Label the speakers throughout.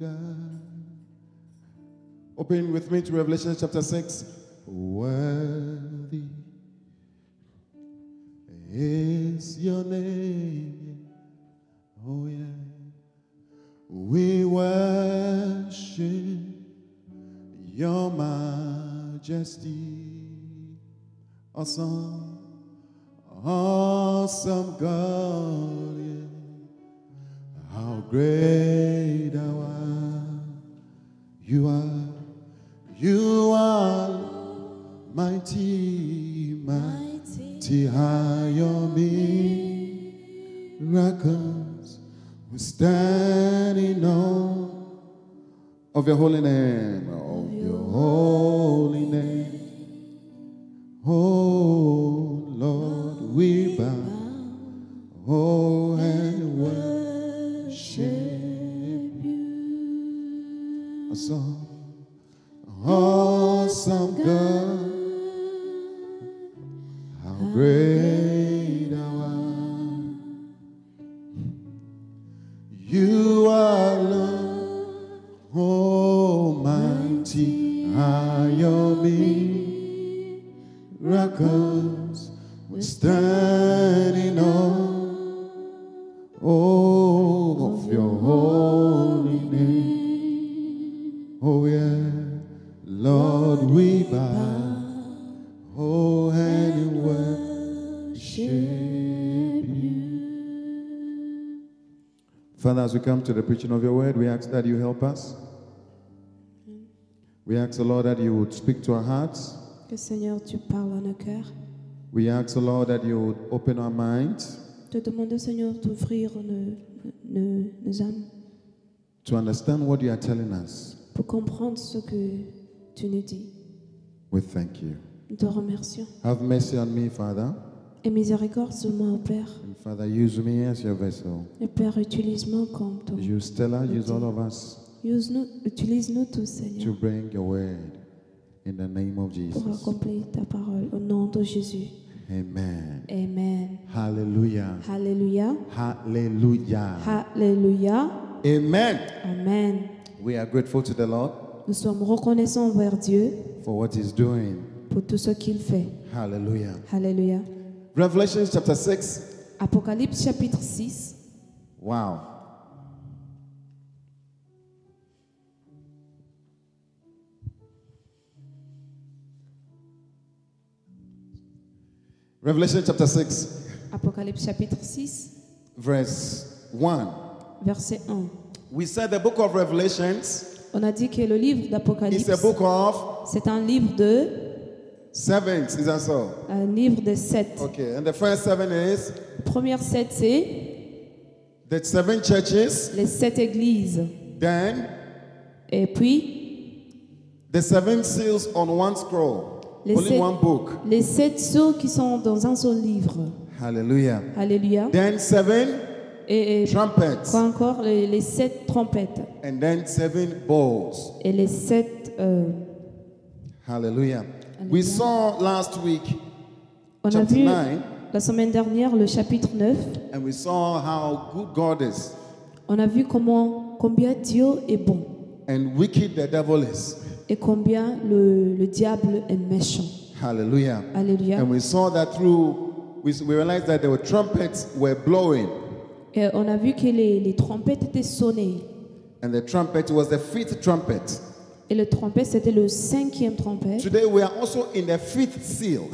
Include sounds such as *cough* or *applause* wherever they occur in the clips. Speaker 1: God. Open with me to Revelation chapter 6. Worthy is your name. Oh, yeah. We worship your majesty. Awesome, awesome God. Yeah. How great thou art. You are, you are mighty, mighty higher miracles. We're standing on of your holy name, of your holy name. Oh Lord, we bow, oh and worship awesome, awesome God. How great thou art. You are Lord, Almighty, are your miracles. We're standing on oh, of your holy name. Oh yeah, Lord, we bow. Oh, and worship you. Father, as we come to the preaching of your word, we ask that you help us. We ask the Lord that you would speak to our hearts.
Speaker 2: Que Seigneur, tu parles à nos cœurs.
Speaker 1: We ask the Lord that you would open our minds
Speaker 2: Te demandons, Seigneur, d'ouvrir nos, nos, nos âmes
Speaker 1: to understand what you are telling us.
Speaker 2: pour comprendre ce que tu nous dis.
Speaker 1: We thank you.
Speaker 2: Nous te remercions.
Speaker 1: Have mercy on me, Father.
Speaker 2: Et miséricorde sur moi, ô Père.
Speaker 1: And Father, use me as your vessel.
Speaker 2: Et Père, utilise-moi comme toi.
Speaker 1: Use Stella, use all of us.
Speaker 2: Use-nous- Utilise-nous tous,
Speaker 1: to
Speaker 2: Seigneur,
Speaker 1: bring your word in the name of
Speaker 2: pour
Speaker 1: Jesus.
Speaker 2: accomplir ta parole. Au nom de Jésus.
Speaker 1: Amen.
Speaker 2: Amen.
Speaker 1: Hallelujah.
Speaker 2: Alléluia.
Speaker 1: Hallelujah.
Speaker 2: Alléluia.
Speaker 1: Amen.
Speaker 2: Amen.
Speaker 1: We are grateful to the Lord
Speaker 2: Nous sommes reconnaissants envers Dieu
Speaker 1: for what he's doing.
Speaker 2: pour tout ce qu'il fait.
Speaker 1: Hallelujah.
Speaker 2: Alléluia.
Speaker 1: Revelation chapter 6.
Speaker 2: Apocalypse chapitre 6.
Speaker 1: Wow. Revelation chapter 6,
Speaker 2: Apocalypse chapitre 6,
Speaker 1: verse 1.
Speaker 2: verset 1.
Speaker 1: We said the book of Revelations
Speaker 2: On a dit que le livre
Speaker 1: It's
Speaker 2: d'Apocalypse,
Speaker 1: a book of
Speaker 2: c'est un livre de
Speaker 1: sevens, is that so?
Speaker 2: un livre de sept.
Speaker 1: Okay, and the first seven is
Speaker 2: Le Première sept, c'est
Speaker 1: the seven churches,
Speaker 2: les sept églises.
Speaker 1: then
Speaker 2: Et puis,
Speaker 1: the seven seals on one scroll,
Speaker 2: les
Speaker 1: only
Speaker 2: sept,
Speaker 1: one book.
Speaker 2: les sept sceaux qui sont dans un seul livre.
Speaker 1: Hallelujah.
Speaker 2: Alléluia.
Speaker 1: Then seven
Speaker 2: Et, et
Speaker 1: trumpets,
Speaker 2: quoi encore les, les sept trompettes
Speaker 1: and then seven bowls.
Speaker 2: et les sept. euh,
Speaker 1: Hallelujah. We saw last week,
Speaker 2: on a
Speaker 1: Chapter
Speaker 2: vu
Speaker 1: nine.
Speaker 2: la semaine dernière le chapitre 9.
Speaker 1: and we saw how good God is
Speaker 2: On a vu comment combien Dieu est bon
Speaker 1: and wicked the devil is.
Speaker 2: et combien le- le diable est méchant.
Speaker 1: Hallelujah.
Speaker 2: Alléluia.
Speaker 1: And we saw that through, we, we realized that the trumpets were blowing.
Speaker 2: Et euh, on a vu que les, les trompettes étaient sonnées.
Speaker 1: And the trumpet was the fifth trumpet.
Speaker 2: Et le trompette, c'était le cinquième trompette.
Speaker 1: Today we are also in the fifth seal.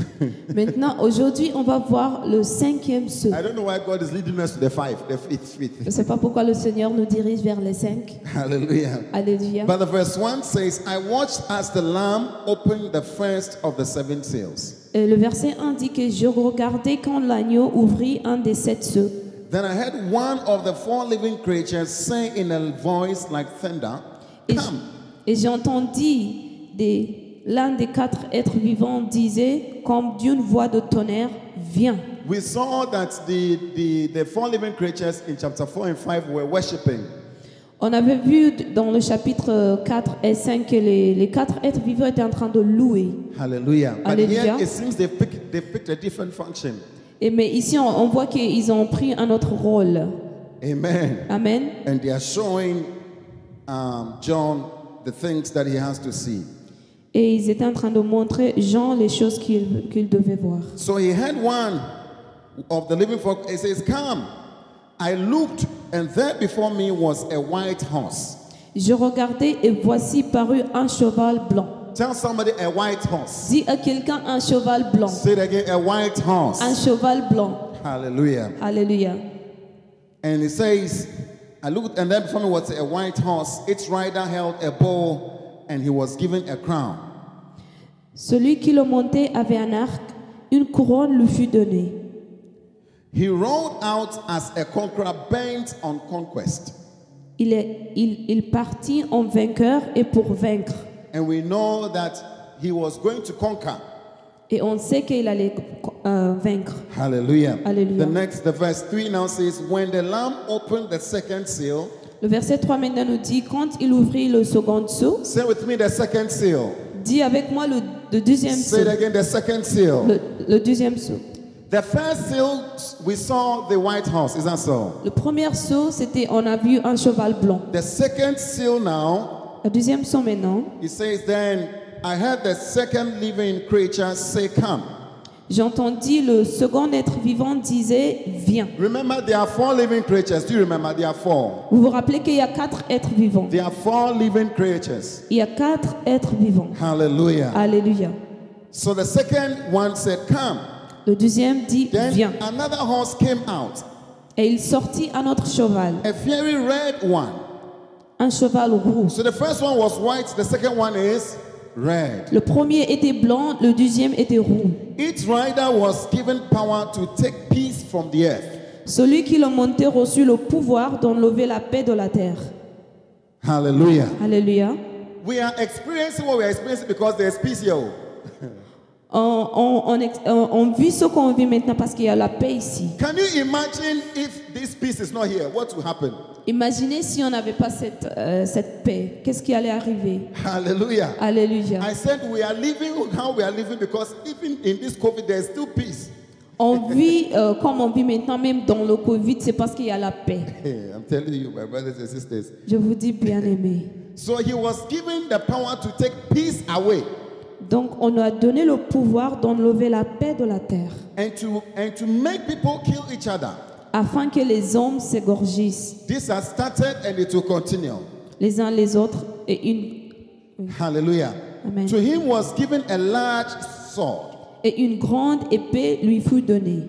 Speaker 2: Maintenant, aujourd'hui, on va voir le cinquième sceau.
Speaker 1: I don't know why God is leading us to the five, the fifth,
Speaker 2: Je
Speaker 1: fifth. *laughs*
Speaker 2: ne sais pas pourquoi le Seigneur nous dirige vers les cinq.
Speaker 1: Hallelujah.
Speaker 2: Alléluia.
Speaker 1: But the verse 1 says, I watched as the Lamb opened the first of the seven seals.
Speaker 2: Et le verset 1 dit que je regardais quand l'agneau ouvrit un des sept sceaux.
Speaker 1: Then I heard one of the four living creatures say in a voice like thunder,
Speaker 2: Et, j-
Speaker 1: Come.
Speaker 2: et j'entendis des- l'un des quatre êtres vivants disait comme d'une voix de tonnerre, viens.
Speaker 1: We saw that the, the, the four living creatures in chapter 4 and 5 were worshipping.
Speaker 2: On avait vu d- dans le chapitre euh, 4 et 5 que les, les quatre êtres vivants étaient en train de louer.
Speaker 1: Hallelujah. But here
Speaker 2: Hallelujah.
Speaker 1: it seems they picked, they picked a different function.
Speaker 2: Et mais ici, on, on voit qu'ils ont pris un autre rôle.
Speaker 1: Amen.
Speaker 2: Amen.
Speaker 1: and they are showing um, John the things that he has to see.
Speaker 2: Et ils étaient en train de montrer Jean les choses qu'il qu'il devait voir.
Speaker 1: So he had one of the living folk. He says, Come. I looked, and there before me was a white horse.
Speaker 2: Je regardai et voici parut un cheval blanc.
Speaker 1: Tell somebody a white horse.
Speaker 2: Dis à quelqu'un un cheval blanc.
Speaker 1: Say it again, a white
Speaker 2: Un
Speaker 1: horse.
Speaker 2: cheval blanc.
Speaker 1: Hallelujah.
Speaker 2: Alléluia.
Speaker 1: And he says, I looked, and there before me was a white horse. Its rider held a bow, and he was given a crown.
Speaker 2: Celui qui le montait avait un arc, une couronne lui fut donnée.
Speaker 1: He rode out as a conqueror bent on conquest.
Speaker 2: Il, est, il, il partit en vainqueur et pour vaincre.
Speaker 1: And we know that he was going to conquer.
Speaker 2: Et on sait qu'il allait euh, vaincre.
Speaker 1: Hallelujah.
Speaker 2: Hallelujah.
Speaker 1: The next, the verse 3 now says, When the Lamb opened the second seal,
Speaker 2: Le verset 3 maintenant nous dit, quand il ouvrit le second sceau,
Speaker 1: say with me the second seal.
Speaker 2: dis avec moi le, le deuxième
Speaker 1: Say it
Speaker 2: sceau.
Speaker 1: again, the second seal.
Speaker 2: Le, le deuxième sceau.
Speaker 1: The first seal, we saw the white horse, is that so?
Speaker 2: Le premier saut, c'était on a vu un cheval blanc.
Speaker 1: The second seal now,
Speaker 2: Le deuxième saut maintenant,
Speaker 1: it says, Then I heard the second living creature say, Come.
Speaker 2: j'entendis le second être vivant disait Viens.
Speaker 1: Remember, there are four living creatures. Do you remember? There are four.
Speaker 2: Vous vous rappelez qu'il y a quatre êtres vivants.
Speaker 1: There are four living creatures.
Speaker 2: Il y a quatre êtres vivants. Uh,
Speaker 1: Hallelujah.
Speaker 2: Alléluia.
Speaker 1: So the second one said, Come.
Speaker 2: Le deuxième dit
Speaker 1: Then
Speaker 2: Viens.
Speaker 1: another horse came out,
Speaker 2: Et il sortit un autre cheval,
Speaker 1: a very red one.
Speaker 2: un cheval rouge.
Speaker 1: So the first one was white, the second one is red.
Speaker 2: Le premier était blanc, le deuxième était roux.
Speaker 1: Each rider was given power to take peace from the earth.
Speaker 2: Celui qui le montait reçut le pouvoir d'enlever la paix de la terre.
Speaker 1: Hallelujah.
Speaker 2: Alléluia.
Speaker 1: We are experiencing what we are experiencing because there's peace here.
Speaker 2: On, on- on ex- on- on vit ce qu'on vit maintenant parce qu'il y a la paix ici.
Speaker 1: Can you imagine if this peace is not here? What will happen?
Speaker 2: Imaginez si on n'avait pas cette, euh, cette paix. Qu'est-ce qui allait arriver
Speaker 1: Hallelujah.
Speaker 2: Alléluia.
Speaker 1: I said we are living how we are living because even in this COVID, there's still peace.
Speaker 2: On vit euh, comme on vit maintenant, même dans le Covid, c'est parce qu'il y a la paix.
Speaker 1: Hey, I'm telling you, my brothers and sisters.
Speaker 2: Je vous dis, bien-aimés.
Speaker 1: So he was given the power to take peace away
Speaker 2: Donc, on a donné le pouvoir d'enlever la paix de la terre
Speaker 1: and to and to make people kill each other.
Speaker 2: afin que les hommes s'égorgissent
Speaker 1: This has started and it will continue.
Speaker 2: les uns les autres. Et, une,
Speaker 1: Hallelujah.
Speaker 2: Amen.
Speaker 1: To him was given a large sword.
Speaker 2: et une grande épée lui fut donnée.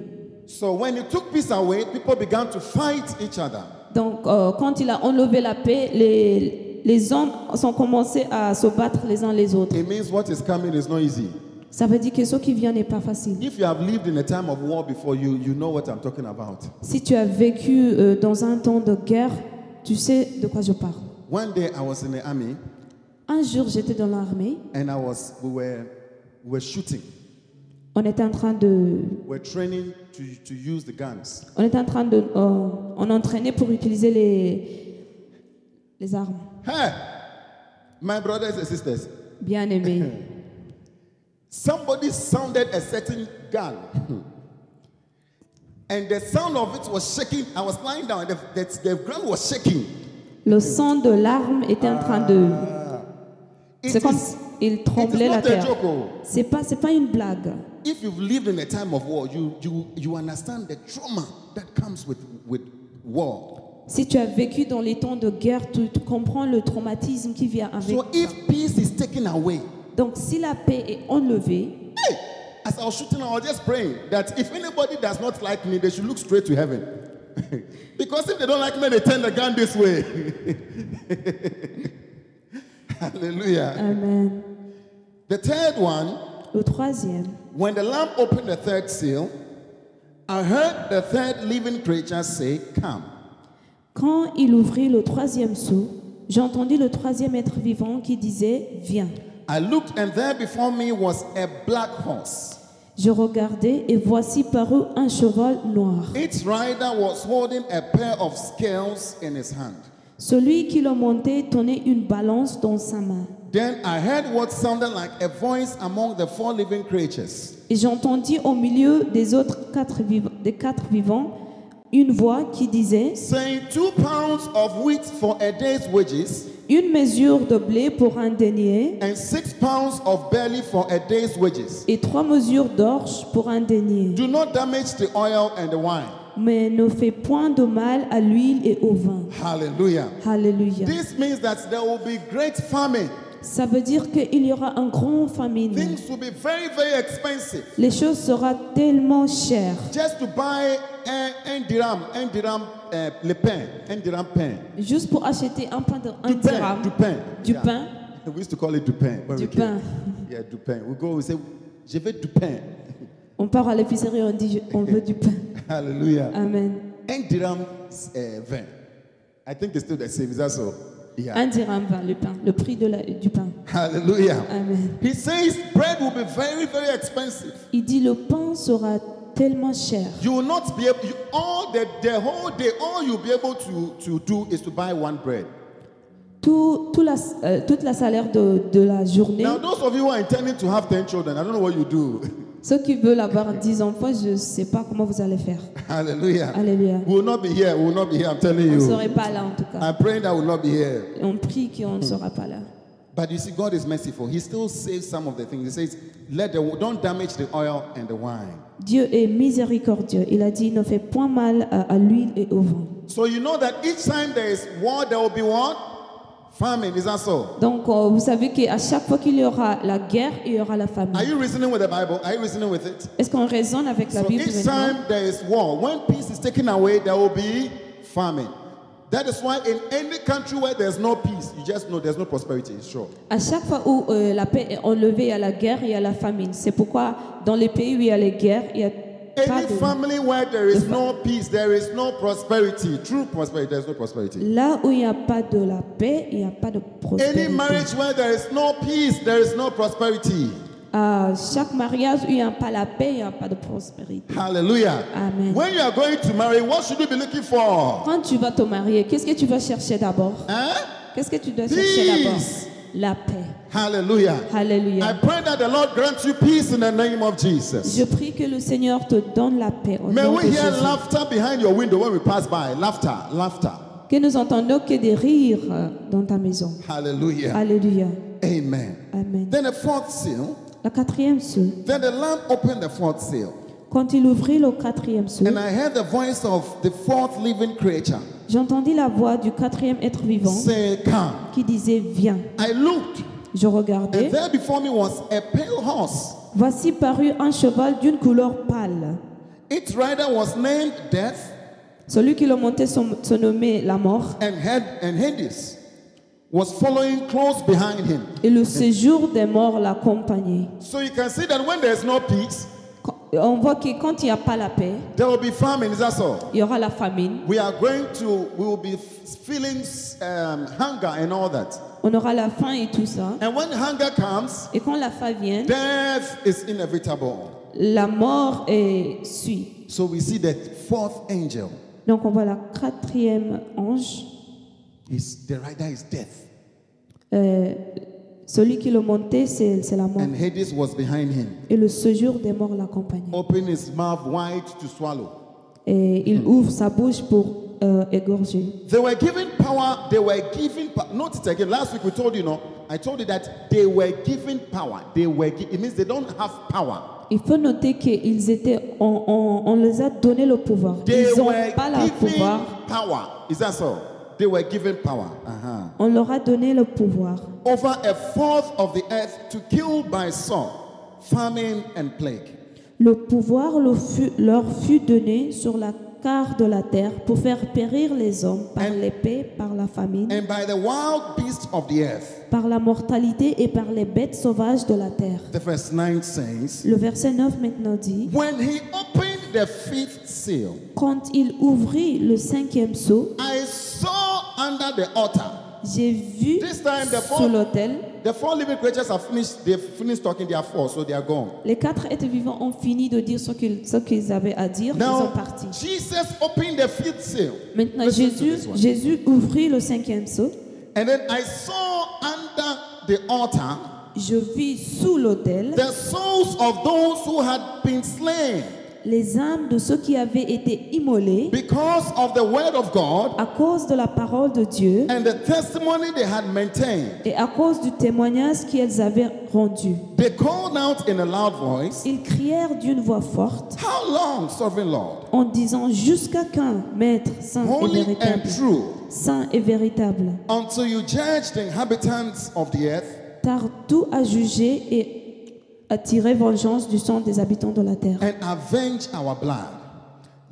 Speaker 1: So when he took peace away, people began to fight each other.
Speaker 2: Donc, euh, quand il a enlevé la paix, les, les hommes sont commencés à se battre les uns les autres.
Speaker 1: It means what is coming is not easy.
Speaker 2: Ça veut dire que ce qui vient n'est pas facile.
Speaker 1: If you have lived in a time of war before, you you know what I'm talking about.
Speaker 2: Si tu as vécu euh, dans un temps de guerre, tu sais de quoi je parle.
Speaker 1: One day I was in the army
Speaker 2: Un jour, j'étais dans l'armée.
Speaker 1: and I was we were we were shooting.
Speaker 2: On était en train de,
Speaker 1: We are training to, to use the guns.
Speaker 2: on était en train de, euh, on entraînait pour utiliser les, les armes.
Speaker 1: Hey, my brothers and sisters,
Speaker 2: Bien aimé.
Speaker 1: somebody sounded a certain gun. And the sound of it was shaking. I was lying down. The, the, the ground was shaking.
Speaker 2: *coughs* Le sang de l'arme était en train de,
Speaker 1: It
Speaker 2: c'est comme
Speaker 1: is- Ah.
Speaker 2: il
Speaker 1: it is
Speaker 2: tremblait la
Speaker 1: not a
Speaker 2: terre.
Speaker 1: joke. oh.
Speaker 2: C'est pas, c'est pas une blague.
Speaker 1: If you've lived in a time of war, you, you, you understand the trauma that comes with, with war.
Speaker 2: Si tu as vécu dans les temps de guerre, tu, tu comprends le traumatisme qui vient avec.
Speaker 1: So if peace is taken away,
Speaker 2: Donc, si la paix est enlevée,
Speaker 1: hey, as I was shooting, I was just praying that if anybody does not like me, they should look straight to heaven. *laughs* because if they don't like me, they turn the gun this way. *laughs* Hallelujah.
Speaker 2: amen.
Speaker 1: The third one,
Speaker 2: Le troisième.
Speaker 1: when the lamb opened the third seal, I heard the third living creature say, Come.
Speaker 2: Quand il ouvrit le troisième sceau, j'entendis le troisième être vivant qui disait Viens.
Speaker 1: I looked, and there before me was a black horse.
Speaker 2: Je regardai et voici parut un cheval noir.
Speaker 1: Its rider was holding a pair of scales in his hand.
Speaker 2: Celui qui le montait tenait une balance dans sa main.
Speaker 1: Then I heard what sounded like a voice among the four living creatures.
Speaker 2: Et j'entendis au milieu des autres quatre, viv- des quatre vivants une voix qui disait
Speaker 1: saying two pounds of wheat for a day's wages
Speaker 2: Une mesure de blé pour un denier
Speaker 1: and six pounds of barley for a day's wages.
Speaker 2: et trois mesures d'orge pour un denier.
Speaker 1: Do not damage the oil and the wine.
Speaker 2: Mais ne fais point de mal à l'huile et au vin.
Speaker 1: Hallelujah.
Speaker 2: Alléluia.
Speaker 1: This means that there will be great famine.
Speaker 2: Ça veut dire qu'il y aura un grand famine.
Speaker 1: Things will be very, very expensive.
Speaker 2: Les choses seront tellement chères.
Speaker 1: Just to buy uh, un dirham, un dirham, uh, le pain, un dirham pain.
Speaker 2: Juste pour acheter un pain de un
Speaker 1: Du pain,
Speaker 2: dirham,
Speaker 1: du pain.
Speaker 2: du
Speaker 1: Yeah.
Speaker 2: pain,
Speaker 1: We used to call it du pain. when
Speaker 2: Du
Speaker 1: we came.
Speaker 2: pain.
Speaker 1: Yeah, du pain. We go, we say, je veux du pain.
Speaker 2: On part à l'épicerie, on dit je- on veut du pain.
Speaker 1: *laughs* Hallelujah.
Speaker 2: Amen.
Speaker 1: Un dirham, uh, vin. I think it's still the same. Is that so? Yeah.
Speaker 2: Un dirham va le pain, le prix de la- du pain.
Speaker 1: Hallelujah.
Speaker 2: Amen.
Speaker 1: He says bread will be very, very expensive.
Speaker 2: Il dit le pain sera tellement cher.
Speaker 1: You will not be able, you, all the, the whole day, all you'll be able to, to do is to buy one bread.
Speaker 2: Tout, tout la, euh, toute la salaire de, de la journée.
Speaker 1: Now, those of you who are intending to have 10 children, I don't know what you do. *laughs*
Speaker 2: Ceux qui veulent avoir 10 enfants, je ne sais pas comment vous allez faire.
Speaker 1: Hallelujah.
Speaker 2: Hallelujah.
Speaker 1: We will not be here. We will not be here. I'm telling
Speaker 2: On
Speaker 1: you.
Speaker 2: ne serait pas là en tout cas.
Speaker 1: I'm praying that we will not be here.
Speaker 2: Et on prie qu'on ne sera pas là.
Speaker 1: But you see, God is merciful. He still saves some of the things. He says, Let the, don't damage the oil and the wine.
Speaker 2: Dieu est miséricordieux. Il a dit ne fais point mal à, à l'huile et au vin.
Speaker 1: So you know that each time there is war, there will be what? Famine. Is that so?
Speaker 2: Donc euh, vous savez qu'à chaque fois qu'il y aura la guerre, il y aura la
Speaker 1: Are
Speaker 2: famine.
Speaker 1: you reasoning with the Bible? Are you reasoning with it?
Speaker 2: Est-ce qu'on raisonne avec la
Speaker 1: So
Speaker 2: Bible
Speaker 1: each
Speaker 2: maintenant
Speaker 1: time there is war, when peace is taken away, there will be famine. That is why in any country where there's no peace, you just know there's no prosperity, it's sure.
Speaker 2: À chaque fois où euh, la paix est enlevée, il y a la guerre, il y a la famine. C'est pourquoi dans les pays où il y a les guerres, il y a pas
Speaker 1: Any
Speaker 2: de...
Speaker 1: family where there is no peace, there is no prosperity, true prosperity, there's no prosperity.
Speaker 2: Là où il n'y a pas de la paix, il n'y a pas de prospérité.
Speaker 1: Any marriage where there is no peace, there is no prosperity.
Speaker 2: À chaque mariage où il n'y a pas la paix, il n'y a pas de prospérité.
Speaker 1: Hallelujah.
Speaker 2: Amen.
Speaker 1: When you are going to marry, what should you be looking for?
Speaker 2: Quand tu vas te marier, qu'est-ce que tu vas chercher d'abord
Speaker 1: Huh?
Speaker 2: Qu'est-ce que tu dois
Speaker 1: Peace.
Speaker 2: chercher d'abord La paix.
Speaker 1: Hallelujah. I
Speaker 2: Alléluia.
Speaker 1: pray that the Lord grants you peace in the name of Jesus.
Speaker 2: Je prie que le Seigneur te donne la paix. Au
Speaker 1: May
Speaker 2: nom de
Speaker 1: we hear
Speaker 2: Jésus.
Speaker 1: laughter behind your window when we pass by. Laughter, laughter.
Speaker 2: Que nous entendons que des rires euh, dans ta maison.
Speaker 1: Hallelujah.
Speaker 2: Alléluia.
Speaker 1: Amen.
Speaker 2: Amen.
Speaker 1: Then the fourth seal.
Speaker 2: La quatrième seule.
Speaker 1: Then the Lamb opened the fourth seal.
Speaker 2: Quand il ouvrit le quatrième sceau,
Speaker 1: And I heard the voice of the fourth living creature
Speaker 2: j'entendis la voix du quatrième être vivant
Speaker 1: say, Come.
Speaker 2: qui disait Viens.
Speaker 1: I looked,
Speaker 2: Je regardai.
Speaker 1: and there before me was a pale horse.
Speaker 2: Voici parut un cheval d'une couleur pâle.
Speaker 1: Its rider was named Death,
Speaker 2: Celui qui le montait son- se nommait la mort,
Speaker 1: and, had, and Hades was following close behind him.
Speaker 2: et le séjour des morts l'accompagnait.
Speaker 1: So you can see that when there is no peace,
Speaker 2: Quand- On voit que quand il n'y a pas la paix,
Speaker 1: there will be famine. Is that so?
Speaker 2: il y aura la famine,
Speaker 1: We are going to, we will be feeling um, hunger and all that.
Speaker 2: on aura la faim et tout ça.
Speaker 1: And when hunger comes,
Speaker 2: Et quand la faim vient,
Speaker 1: death is inevitable.
Speaker 2: la mort est, suit.
Speaker 1: So we see that fourth angel,
Speaker 2: Donc on voit la quatrième ange,
Speaker 1: is, the rider is death.
Speaker 2: euh, celui qui le montait, c'est c'est la mort.
Speaker 1: And Hades was behind him,
Speaker 2: Et le séjour des morts l'accompagnait.
Speaker 1: open his mouth wide to swallow.
Speaker 2: Et
Speaker 1: Mm-hmm.
Speaker 2: il ouvre sa bouche pour euh, égorger.
Speaker 1: They were given power, they were given, pa- note it again, last week we told you, no, I told you that they were given power. They were, gi- it means they don't have power.
Speaker 2: Il faut noter qu'ils étaient, on, on- on les a donné le pouvoir.
Speaker 1: They
Speaker 2: Ils n'ont
Speaker 1: were
Speaker 2: pas le pouvoir.
Speaker 1: given power. Is that so? They were given power. Uh-huh.
Speaker 2: On leur a donné le pouvoir
Speaker 1: over a fourth of the earth to kill by sword, famine, and plague.
Speaker 2: Le pouvoir leur fut, leur fut donné sur la quart de la terre pour faire périr les hommes par
Speaker 1: And-
Speaker 2: l'épée, par la famine,
Speaker 1: And by the wild beasts of the earth.
Speaker 2: par la mortalité et par les bêtes sauvages de la terre.
Speaker 1: The verse 9 says,
Speaker 2: Le verset 9 maintenant dit,
Speaker 1: When he opened the fifth seal,
Speaker 2: Quand il ouvrit le cinquième seau,
Speaker 1: I saw under the altar.
Speaker 2: j'ai vu
Speaker 1: This time the
Speaker 2: sur
Speaker 1: fourth-
Speaker 2: l'autel,
Speaker 1: The four living creatures have finished, they've finished talking, they are four, so they are gone.
Speaker 2: les quatre êtres vivants ont fini de dire ce qu'ils, ce qu'ils avaient à dire, ils sont
Speaker 1: Now,
Speaker 2: partis.
Speaker 1: Jesus opened the fifth seal.
Speaker 2: Maintenant,
Speaker 1: Listen to
Speaker 2: Jésus,
Speaker 1: this one.
Speaker 2: Jésus ouvrit le cinquième seau,
Speaker 1: And then I saw under the altar
Speaker 2: je vis sous l'autel
Speaker 1: the souls of those who had been slain
Speaker 2: les âmes de ceux qui avaient été immolés
Speaker 1: Because of the word of God
Speaker 2: à cause de la parole de Dieu
Speaker 1: and the testimony they had maintained,
Speaker 2: et à cause du témoignage qu'elles avaient rendu.
Speaker 1: they called out in a loud voice,
Speaker 2: Ils crièrent d'une voix forte
Speaker 1: How long, sovereign Lord?
Speaker 2: en disant jusqu'à qu'un maître saint et
Speaker 1: Holy and
Speaker 2: véritable,
Speaker 1: true,
Speaker 2: saint et véritable,
Speaker 1: until you judge the inhabitants of the earth
Speaker 2: tarde tout à juger et à tirer vengeance du sang des habitants de la terre.
Speaker 1: and avenge our blood.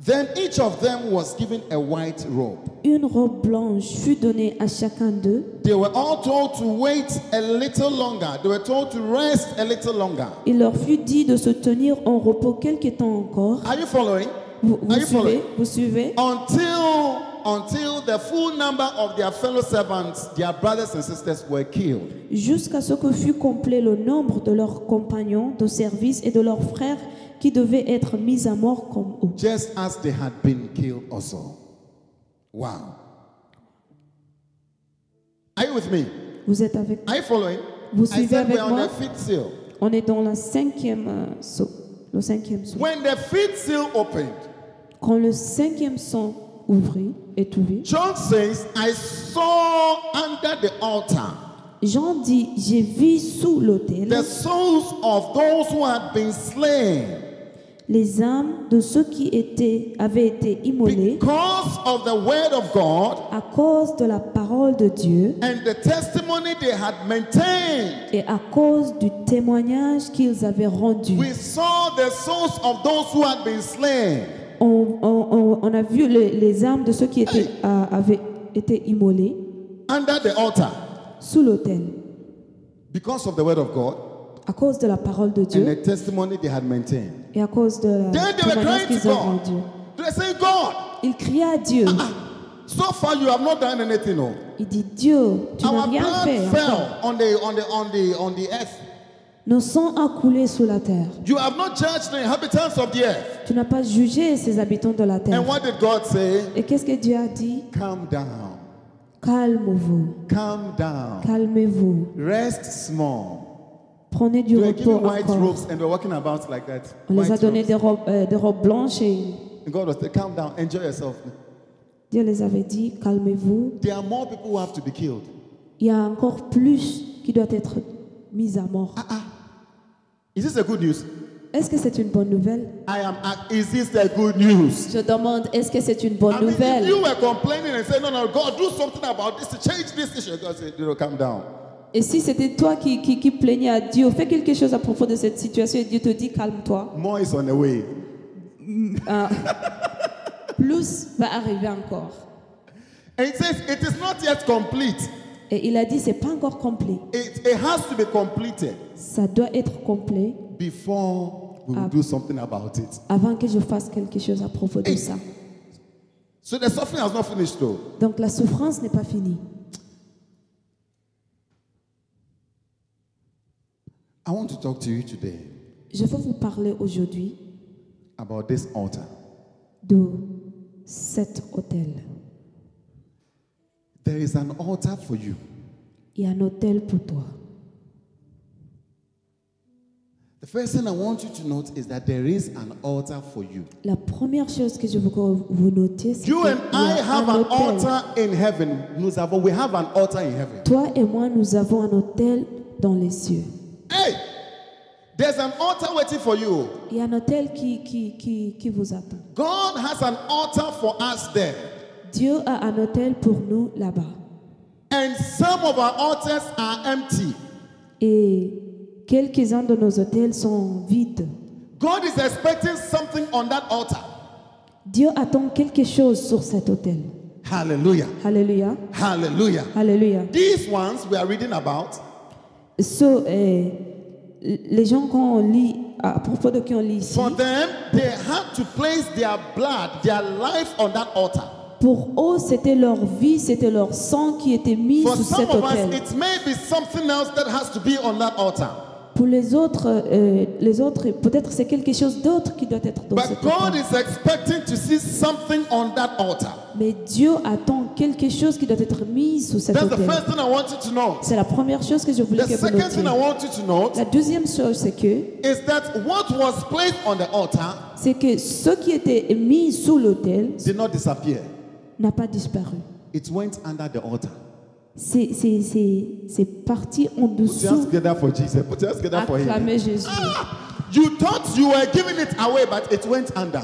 Speaker 1: Then each of them was given a white robe.
Speaker 2: Une robe blanche fut donnée à chacun d'eux.
Speaker 1: They were all told to wait a little longer. They were told to rest a little longer.
Speaker 2: Il leur fut dit de se tenir en repos quelque temps encore.
Speaker 1: Are you following?
Speaker 2: Vous, vous
Speaker 1: Are you
Speaker 2: suivez
Speaker 1: following?
Speaker 2: Vous suivez
Speaker 1: Until until the full number of their fellow servants, their brothers and sisters were killed.
Speaker 2: Jusqu'à ce que fût complet le nombre de leurs compagnons de service et de leurs frères qui devaient être mis à mort comme eux.
Speaker 1: just as they had been killed also. Wow. Are you with me?
Speaker 2: Vous êtes avec
Speaker 1: Are you following?
Speaker 2: Vous
Speaker 1: I
Speaker 2: suivez
Speaker 1: said
Speaker 2: avec
Speaker 1: we're on
Speaker 2: moi?
Speaker 1: the fifth seal.
Speaker 2: On est dans la cinquième, euh, saut- le cinquième saut.
Speaker 1: When the fifth seal opened,
Speaker 2: Quand le cinquième son ouvrit, est ouvert,
Speaker 1: John says, I saw under the altar
Speaker 2: Jean dit, j'ai vu sous l'autel
Speaker 1: the souls of those who had been slain
Speaker 2: les âmes de ceux qui étaient, avaient été immolés
Speaker 1: because of the word of God
Speaker 2: à cause de la parole de Dieu
Speaker 1: and the testimony they had maintained.
Speaker 2: et à cause du témoignage qu'ils avaient rendu.
Speaker 1: We saw the souls of those who had been slain.
Speaker 2: On, on- on- on a vu les, les âmes de ceux qui étaient, euh, avaient été immolés
Speaker 1: under the altar
Speaker 2: sous l'autel
Speaker 1: because of the word of God
Speaker 2: à cause de la parole de
Speaker 1: and the
Speaker 2: Dieu
Speaker 1: testimony they had maintained.
Speaker 2: et à cause de la
Speaker 1: Then they were
Speaker 2: témoignage
Speaker 1: crying to
Speaker 2: qu'ils ont rendu.
Speaker 1: God. They say, God,
Speaker 2: Il cria à Dieu.
Speaker 1: ah, so far you have not done anything. No.
Speaker 2: Il dit Dieu, tu n'as
Speaker 1: Our
Speaker 2: rien fait.
Speaker 1: blood
Speaker 2: encore.
Speaker 1: fell on the on the on the on the earth.
Speaker 2: Nos sangs a coulé sous la terre.
Speaker 1: You have not judged the inhabitants of the earth.
Speaker 2: Tu n'as pas jugé ces habitants de la terre.
Speaker 1: And what did God say?
Speaker 2: Et qu'est-ce que Dieu a dit
Speaker 1: Calm down.
Speaker 2: Calme-vous,
Speaker 1: Calm down.
Speaker 2: calmez-vous,
Speaker 1: Rest small.
Speaker 2: prenez du
Speaker 1: They were
Speaker 2: repos
Speaker 1: given white
Speaker 2: encore.
Speaker 1: robes and they were walking about like that.
Speaker 2: On les a
Speaker 1: White
Speaker 2: donné
Speaker 1: robes.
Speaker 2: des robes, euh, des robes blanches et
Speaker 1: And God was saying, calm down, enjoy yourself.
Speaker 2: Dieu les avait dit calmez-vous.
Speaker 1: There are more people who have to be killed.
Speaker 2: Il y a encore plus qui doit être mis à mort.
Speaker 1: Is this a good news?
Speaker 2: Est-ce que c'est une bonne nouvelle
Speaker 1: I am. uh, Is this the good news?
Speaker 2: Je demande est-ce que c'est une bonne
Speaker 1: I mean,
Speaker 2: nouvelle
Speaker 1: if you were complaining and saying, "No, no, God, do something about this, change this issue," God said, "You know, calm down.
Speaker 2: Et si c'était toi qui, qui, qui plaignais à Dieu, fais quelque chose à propos de cette situation et Dieu te dit calme-toi,
Speaker 1: More is on the way."
Speaker 2: plus va arriver encore.
Speaker 1: And it says, "It is not yet complete.
Speaker 2: Et il a dit c'est pas encore complet.
Speaker 1: It, it has to be completed
Speaker 2: Ça doit être complet
Speaker 1: before we will
Speaker 2: Ah.
Speaker 1: do something about it."
Speaker 2: avant que je fasse quelque chose à propos de
Speaker 1: Hey.
Speaker 2: ça.
Speaker 1: So the suffering has not finished, though.
Speaker 2: Donc la souffrance n'est pas finie.
Speaker 1: I want to talk to you today
Speaker 2: Je veux vous parler aujourd'hui
Speaker 1: about this altar.
Speaker 2: de cet hôtel.
Speaker 1: There is an altar for you.
Speaker 2: Il y a un hôtel pour toi.
Speaker 1: The first thing I want you to note is that there is an altar for you.
Speaker 2: La première chose que je veux que vous notiez, c'est
Speaker 1: You
Speaker 2: qu'il
Speaker 1: and
Speaker 2: y a
Speaker 1: I have an
Speaker 2: hôtel.
Speaker 1: altar in heaven. Nous avons, we have an altar in heaven.
Speaker 2: Toi et moi, nous avons un hôtel dans les cieux.
Speaker 1: Hey, there's an altar waiting for you.
Speaker 2: Il y a un hôtel qui, qui, qui, qui vous attend.
Speaker 1: God has an altar for us there.
Speaker 2: Dieu a un hôtel pour nous là-bas.
Speaker 1: And some of our altars are empty.
Speaker 2: Et quelques-uns de nos hôtels sont vides.
Speaker 1: God is expecting something on that altar.
Speaker 2: Dieu attend quelque chose sur cet hôtel.
Speaker 1: Hallelujah.
Speaker 2: Alléluia.
Speaker 1: Hallelujah.
Speaker 2: Alléluia.
Speaker 1: These ones we are reading about,
Speaker 2: So, euh, les gens qu'on lit, à propos de qui on lit ici,
Speaker 1: for them, they had to place their blood, their life on that altar.
Speaker 2: pour eux, c'était leur vie, c'était leur sang qui était mis
Speaker 1: For
Speaker 2: sur
Speaker 1: some
Speaker 2: cet
Speaker 1: of us,
Speaker 2: hôtel.
Speaker 1: it may be something else that has to be on that altar.
Speaker 2: Pour les autres, euh, les autres, peut-être c'est quelque chose d'autre qui doit être dans
Speaker 1: But
Speaker 2: cet
Speaker 1: God
Speaker 2: hôtel.
Speaker 1: is expecting to see something on that altar.
Speaker 2: Mais Dieu attend quelque chose qui doit être mis sous cet
Speaker 1: That's the
Speaker 2: autel.
Speaker 1: first thing I want you to know.
Speaker 2: C'est la première chose que je voulais
Speaker 1: The
Speaker 2: que vous
Speaker 1: second thing I
Speaker 2: notiez.
Speaker 1: want you to note
Speaker 2: La deuxième chose, c'est que,
Speaker 1: is that what was placed on the altar
Speaker 2: c'est que ce qui était mis sous l'autel
Speaker 1: did not disappear.
Speaker 2: n'a pas disparu.
Speaker 1: It went under the altar.
Speaker 2: C'est- C'est c'est- c'est parti en
Speaker 1: Put your hands
Speaker 2: dessous.
Speaker 1: together for Jesus. Put your hands together for him.
Speaker 2: Acclamez Jésus.
Speaker 1: Ah! You thought you were giving it away, but it went under.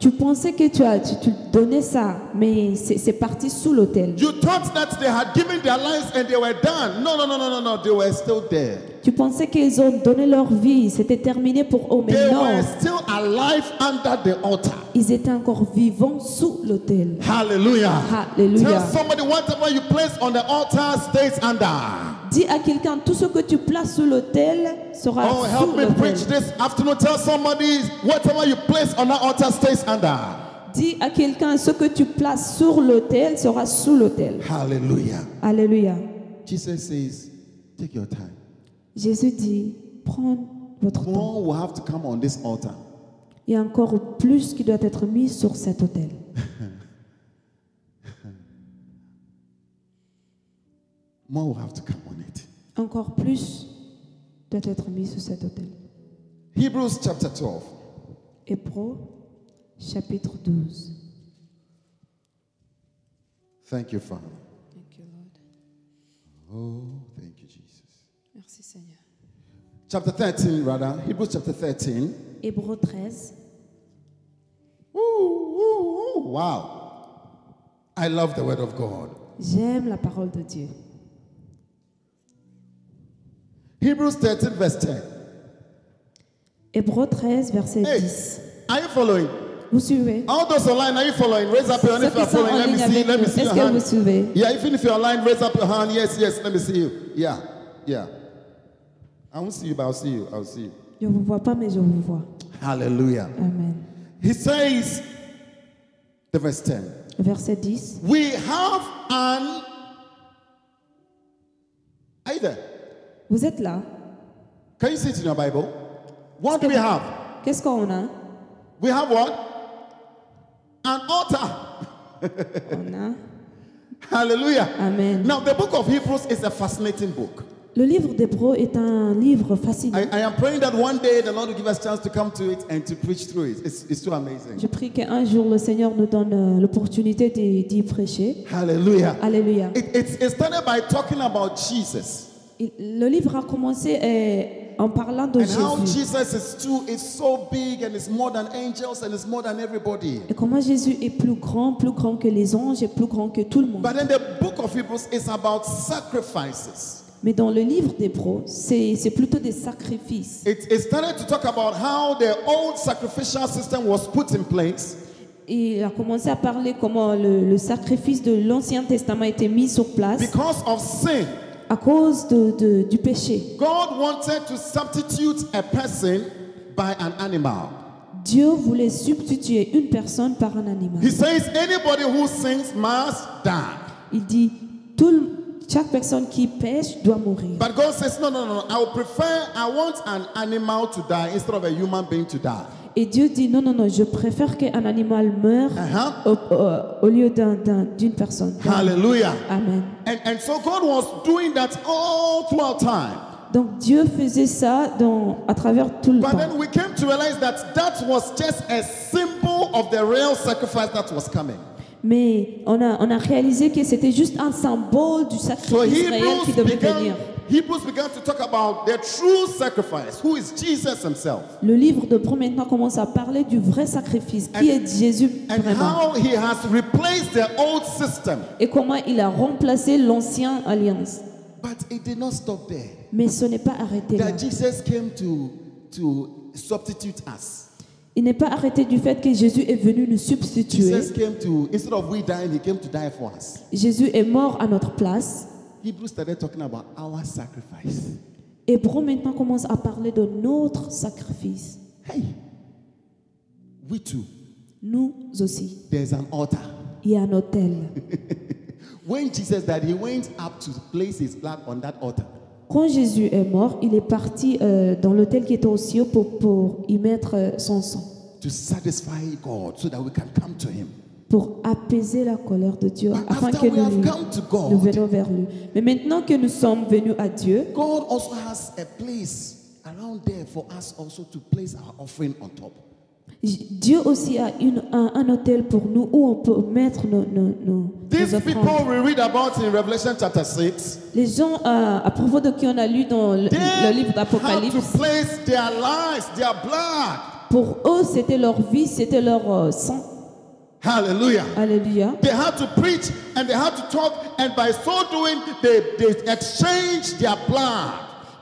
Speaker 2: Tu pensais que tu as tu, tu donnais ça, mais c'est c'est parti sous l'autel.
Speaker 1: You thought that they had given their lives and they were done. No, no, no, no, no, no. They were still there.
Speaker 2: Tu pensais qu'ils ont donné leur vie, c'était terminé pour eux,
Speaker 1: They
Speaker 2: mais non.
Speaker 1: were still alive under the altar.
Speaker 2: Ils étaient encore vivants sous l'autel.
Speaker 1: Hallelujah. Tell
Speaker 2: Alléluia.
Speaker 1: somebody whatever you place on the altar stays under.
Speaker 2: Dis à quelqu'un, tout ce que tu places sous l'autel sera
Speaker 1: Oh,
Speaker 2: sous
Speaker 1: help me
Speaker 2: l'autel.
Speaker 1: preach this afternoon. Tell somebody whatever you place on that altar stays under.
Speaker 2: Dis à quelqu'un, ce que tu places sur l'autel sera sous l'autel.
Speaker 1: Hallelujah.
Speaker 2: Alléluia.
Speaker 1: Jesus says, take your time.
Speaker 2: Jésus dit, prends votre temps.
Speaker 1: More will have to come on this altar.
Speaker 2: Il y a encore plus qui doit être mis sur cet autel.
Speaker 1: More will have to come on it.
Speaker 2: Encore plus doit être mis sur cet autel.
Speaker 1: Hebrews chapter 12.
Speaker 2: Hébreux, chapitre 12.
Speaker 1: Thank you, Father. Oh, thank you, Jesus.
Speaker 2: Merci Seigneur.
Speaker 1: Chapter 13, rather. Hebrews chapter 13.
Speaker 2: Hébreux 13.
Speaker 1: Ooh, ooh, ooh, wow. I love the word of God.
Speaker 2: J'aime la parole de Dieu.
Speaker 1: Hebrews 13, verse 10.
Speaker 2: Hébreux 13, verset
Speaker 1: Hey.
Speaker 2: 10.
Speaker 1: Are you following?
Speaker 2: Vous suivez
Speaker 1: All those online, are you following? Raise up your hand
Speaker 2: Ceux
Speaker 1: if
Speaker 2: qui
Speaker 1: you are
Speaker 2: sont
Speaker 1: following.
Speaker 2: en
Speaker 1: Let me
Speaker 2: ligne
Speaker 1: see.
Speaker 2: avec
Speaker 1: Let
Speaker 2: nous,
Speaker 1: me see
Speaker 2: est-ce
Speaker 1: your
Speaker 2: que vous
Speaker 1: hand.
Speaker 2: suivez
Speaker 1: Yeah, even if you're online, raise up your hand. Yes, yes. Let me see you. Yeah, yeah. I won't see you, but I'll see you. I'll see you.
Speaker 2: Je ne vous vois pas, mais je vous vois.
Speaker 1: Hallelujah.
Speaker 2: Amen.
Speaker 1: He says, the verse 10.
Speaker 2: Verset 10.
Speaker 1: We have an. Are you there?
Speaker 2: Vous êtes là
Speaker 1: Can you see it in your Bible? What do we have?
Speaker 2: Qu'est-ce qu'on a
Speaker 1: We have what? An altar.
Speaker 2: On a.
Speaker 1: Hallelujah.
Speaker 2: Amen.
Speaker 1: Now, the book of Hebrews is a fascinating book.
Speaker 2: Le livre d'Hébreux est un livre fascinant.
Speaker 1: I, I am praying that one day the Lord will give us chance to come to it and to preach through it. It's, it's so amazing.
Speaker 2: Je prie qu'un jour le Seigneur nous donne euh, l'opportunité d'y d'y prêcher.
Speaker 1: Hallelujah.
Speaker 2: Alléluia.
Speaker 1: It, it's it started by talking about Jesus
Speaker 2: Il- Le livre a commencé euh, en parlant de
Speaker 1: and how
Speaker 2: Jésus.
Speaker 1: Jesus is too, is so big and is more than angels and is more than everybody.
Speaker 2: Et comment Jésus est plus grand, plus grand que les anges et plus grand que tout le monde.
Speaker 1: But then the book of Hebrews is about sacrifices.
Speaker 2: Mais dans le livre d'Hébreux, c'est c'est plutôt des sacrifices.
Speaker 1: It, it started to talk about how the old sacrificial system was put in place
Speaker 2: Et il a commencé à parler comment le, le sacrifice de l'Ancien Testament a été mis sur place
Speaker 1: because of sin.
Speaker 2: à cause de- de- du péché.
Speaker 1: God wanted to substitute a person by an animal.
Speaker 2: Dieu voulait substituer une personne par un animal.
Speaker 1: He says anybody who sins must die.
Speaker 2: Il dit, tout le- chaque personne qui pêche doit mourir.
Speaker 1: But God says, no, no, no, no. I would prefer, I want an animal to die instead of a human being to die.
Speaker 2: Et Dieu dit, non, non, non, je préfère qu'un animal meure
Speaker 1: Uh-huh.
Speaker 2: au, au- au lieu d'un- d'un- d'une personne.
Speaker 1: Hallelujah.
Speaker 2: Amen.
Speaker 1: And, and so God was doing that all throughout time.
Speaker 2: Donc Dieu faisait ça dans, à travers tout le
Speaker 1: But
Speaker 2: temps.
Speaker 1: then we came to realize that that was just a symbol of the real sacrifice that was coming.
Speaker 2: Mais on a, on a réalisé que c'était juste un symbole du
Speaker 1: So
Speaker 2: sacrifice réel qui
Speaker 1: Hebrews
Speaker 2: devait venir.
Speaker 1: began, Hebrews began to talk about the true sacrifice, who is Jesus himself.
Speaker 2: Le livre de Pro maintenant commence à parler du vrai sacrifice, qui
Speaker 1: And-
Speaker 2: est Jésus
Speaker 1: and
Speaker 2: vraiment.
Speaker 1: how he has replaced the old system.
Speaker 2: Et comment il a remplacé l'ancien alliance.
Speaker 1: But it did not stop there.
Speaker 2: Mais ce n'est pas arrêté là.
Speaker 1: That Jesus came to, to substitute us.
Speaker 2: Il n'est pas arrêté du fait que Jésus est venu nous substituer.
Speaker 1: Jesus came to, instead of we dying, he came to die for us.
Speaker 2: Jésus est mort à notre place.
Speaker 1: Hebrews started talking about our sacrifice.
Speaker 2: Hébreu maintenant commence à parler de notre sacrifice.
Speaker 1: Hey, we too,
Speaker 2: Nous aussi.
Speaker 1: there's an altar.
Speaker 2: Il y a un autel.
Speaker 1: When Jesus died, he went up to place his blood on that altar.
Speaker 2: Quand Jésus est mort, il est parti euh, dans l'autel qui était au ciel pour, pour y mettre euh, son sang,
Speaker 1: To satisfy God so that we can come to him.
Speaker 2: pour apaiser la colère de Dieu,
Speaker 1: But
Speaker 2: afin
Speaker 1: after
Speaker 2: que
Speaker 1: we have
Speaker 2: nous,
Speaker 1: come to God,
Speaker 2: nous venions vers lui. Mais maintenant que nous sommes venus à Dieu,
Speaker 1: God also has a place around there for us also to place our offering on top.
Speaker 2: J- Dieu aussi a une- un, un autel pour nous où on peut mettre nos, nos- nos-
Speaker 1: These
Speaker 2: nos offrandes.
Speaker 1: people we read about in Revelation chapter 6,
Speaker 2: Les gens euh, à propos de qui on a lu dans le,
Speaker 1: they
Speaker 2: le livre
Speaker 1: had to
Speaker 2: d'Apocalypse,
Speaker 1: place their lives, their blood.
Speaker 2: pour eux c'était leur vie, c'était leur euh, sang.
Speaker 1: Hallelujah.
Speaker 2: Alléluia.
Speaker 1: They had to preach and they had to talk, and by so doing, they, they exchanged their blood.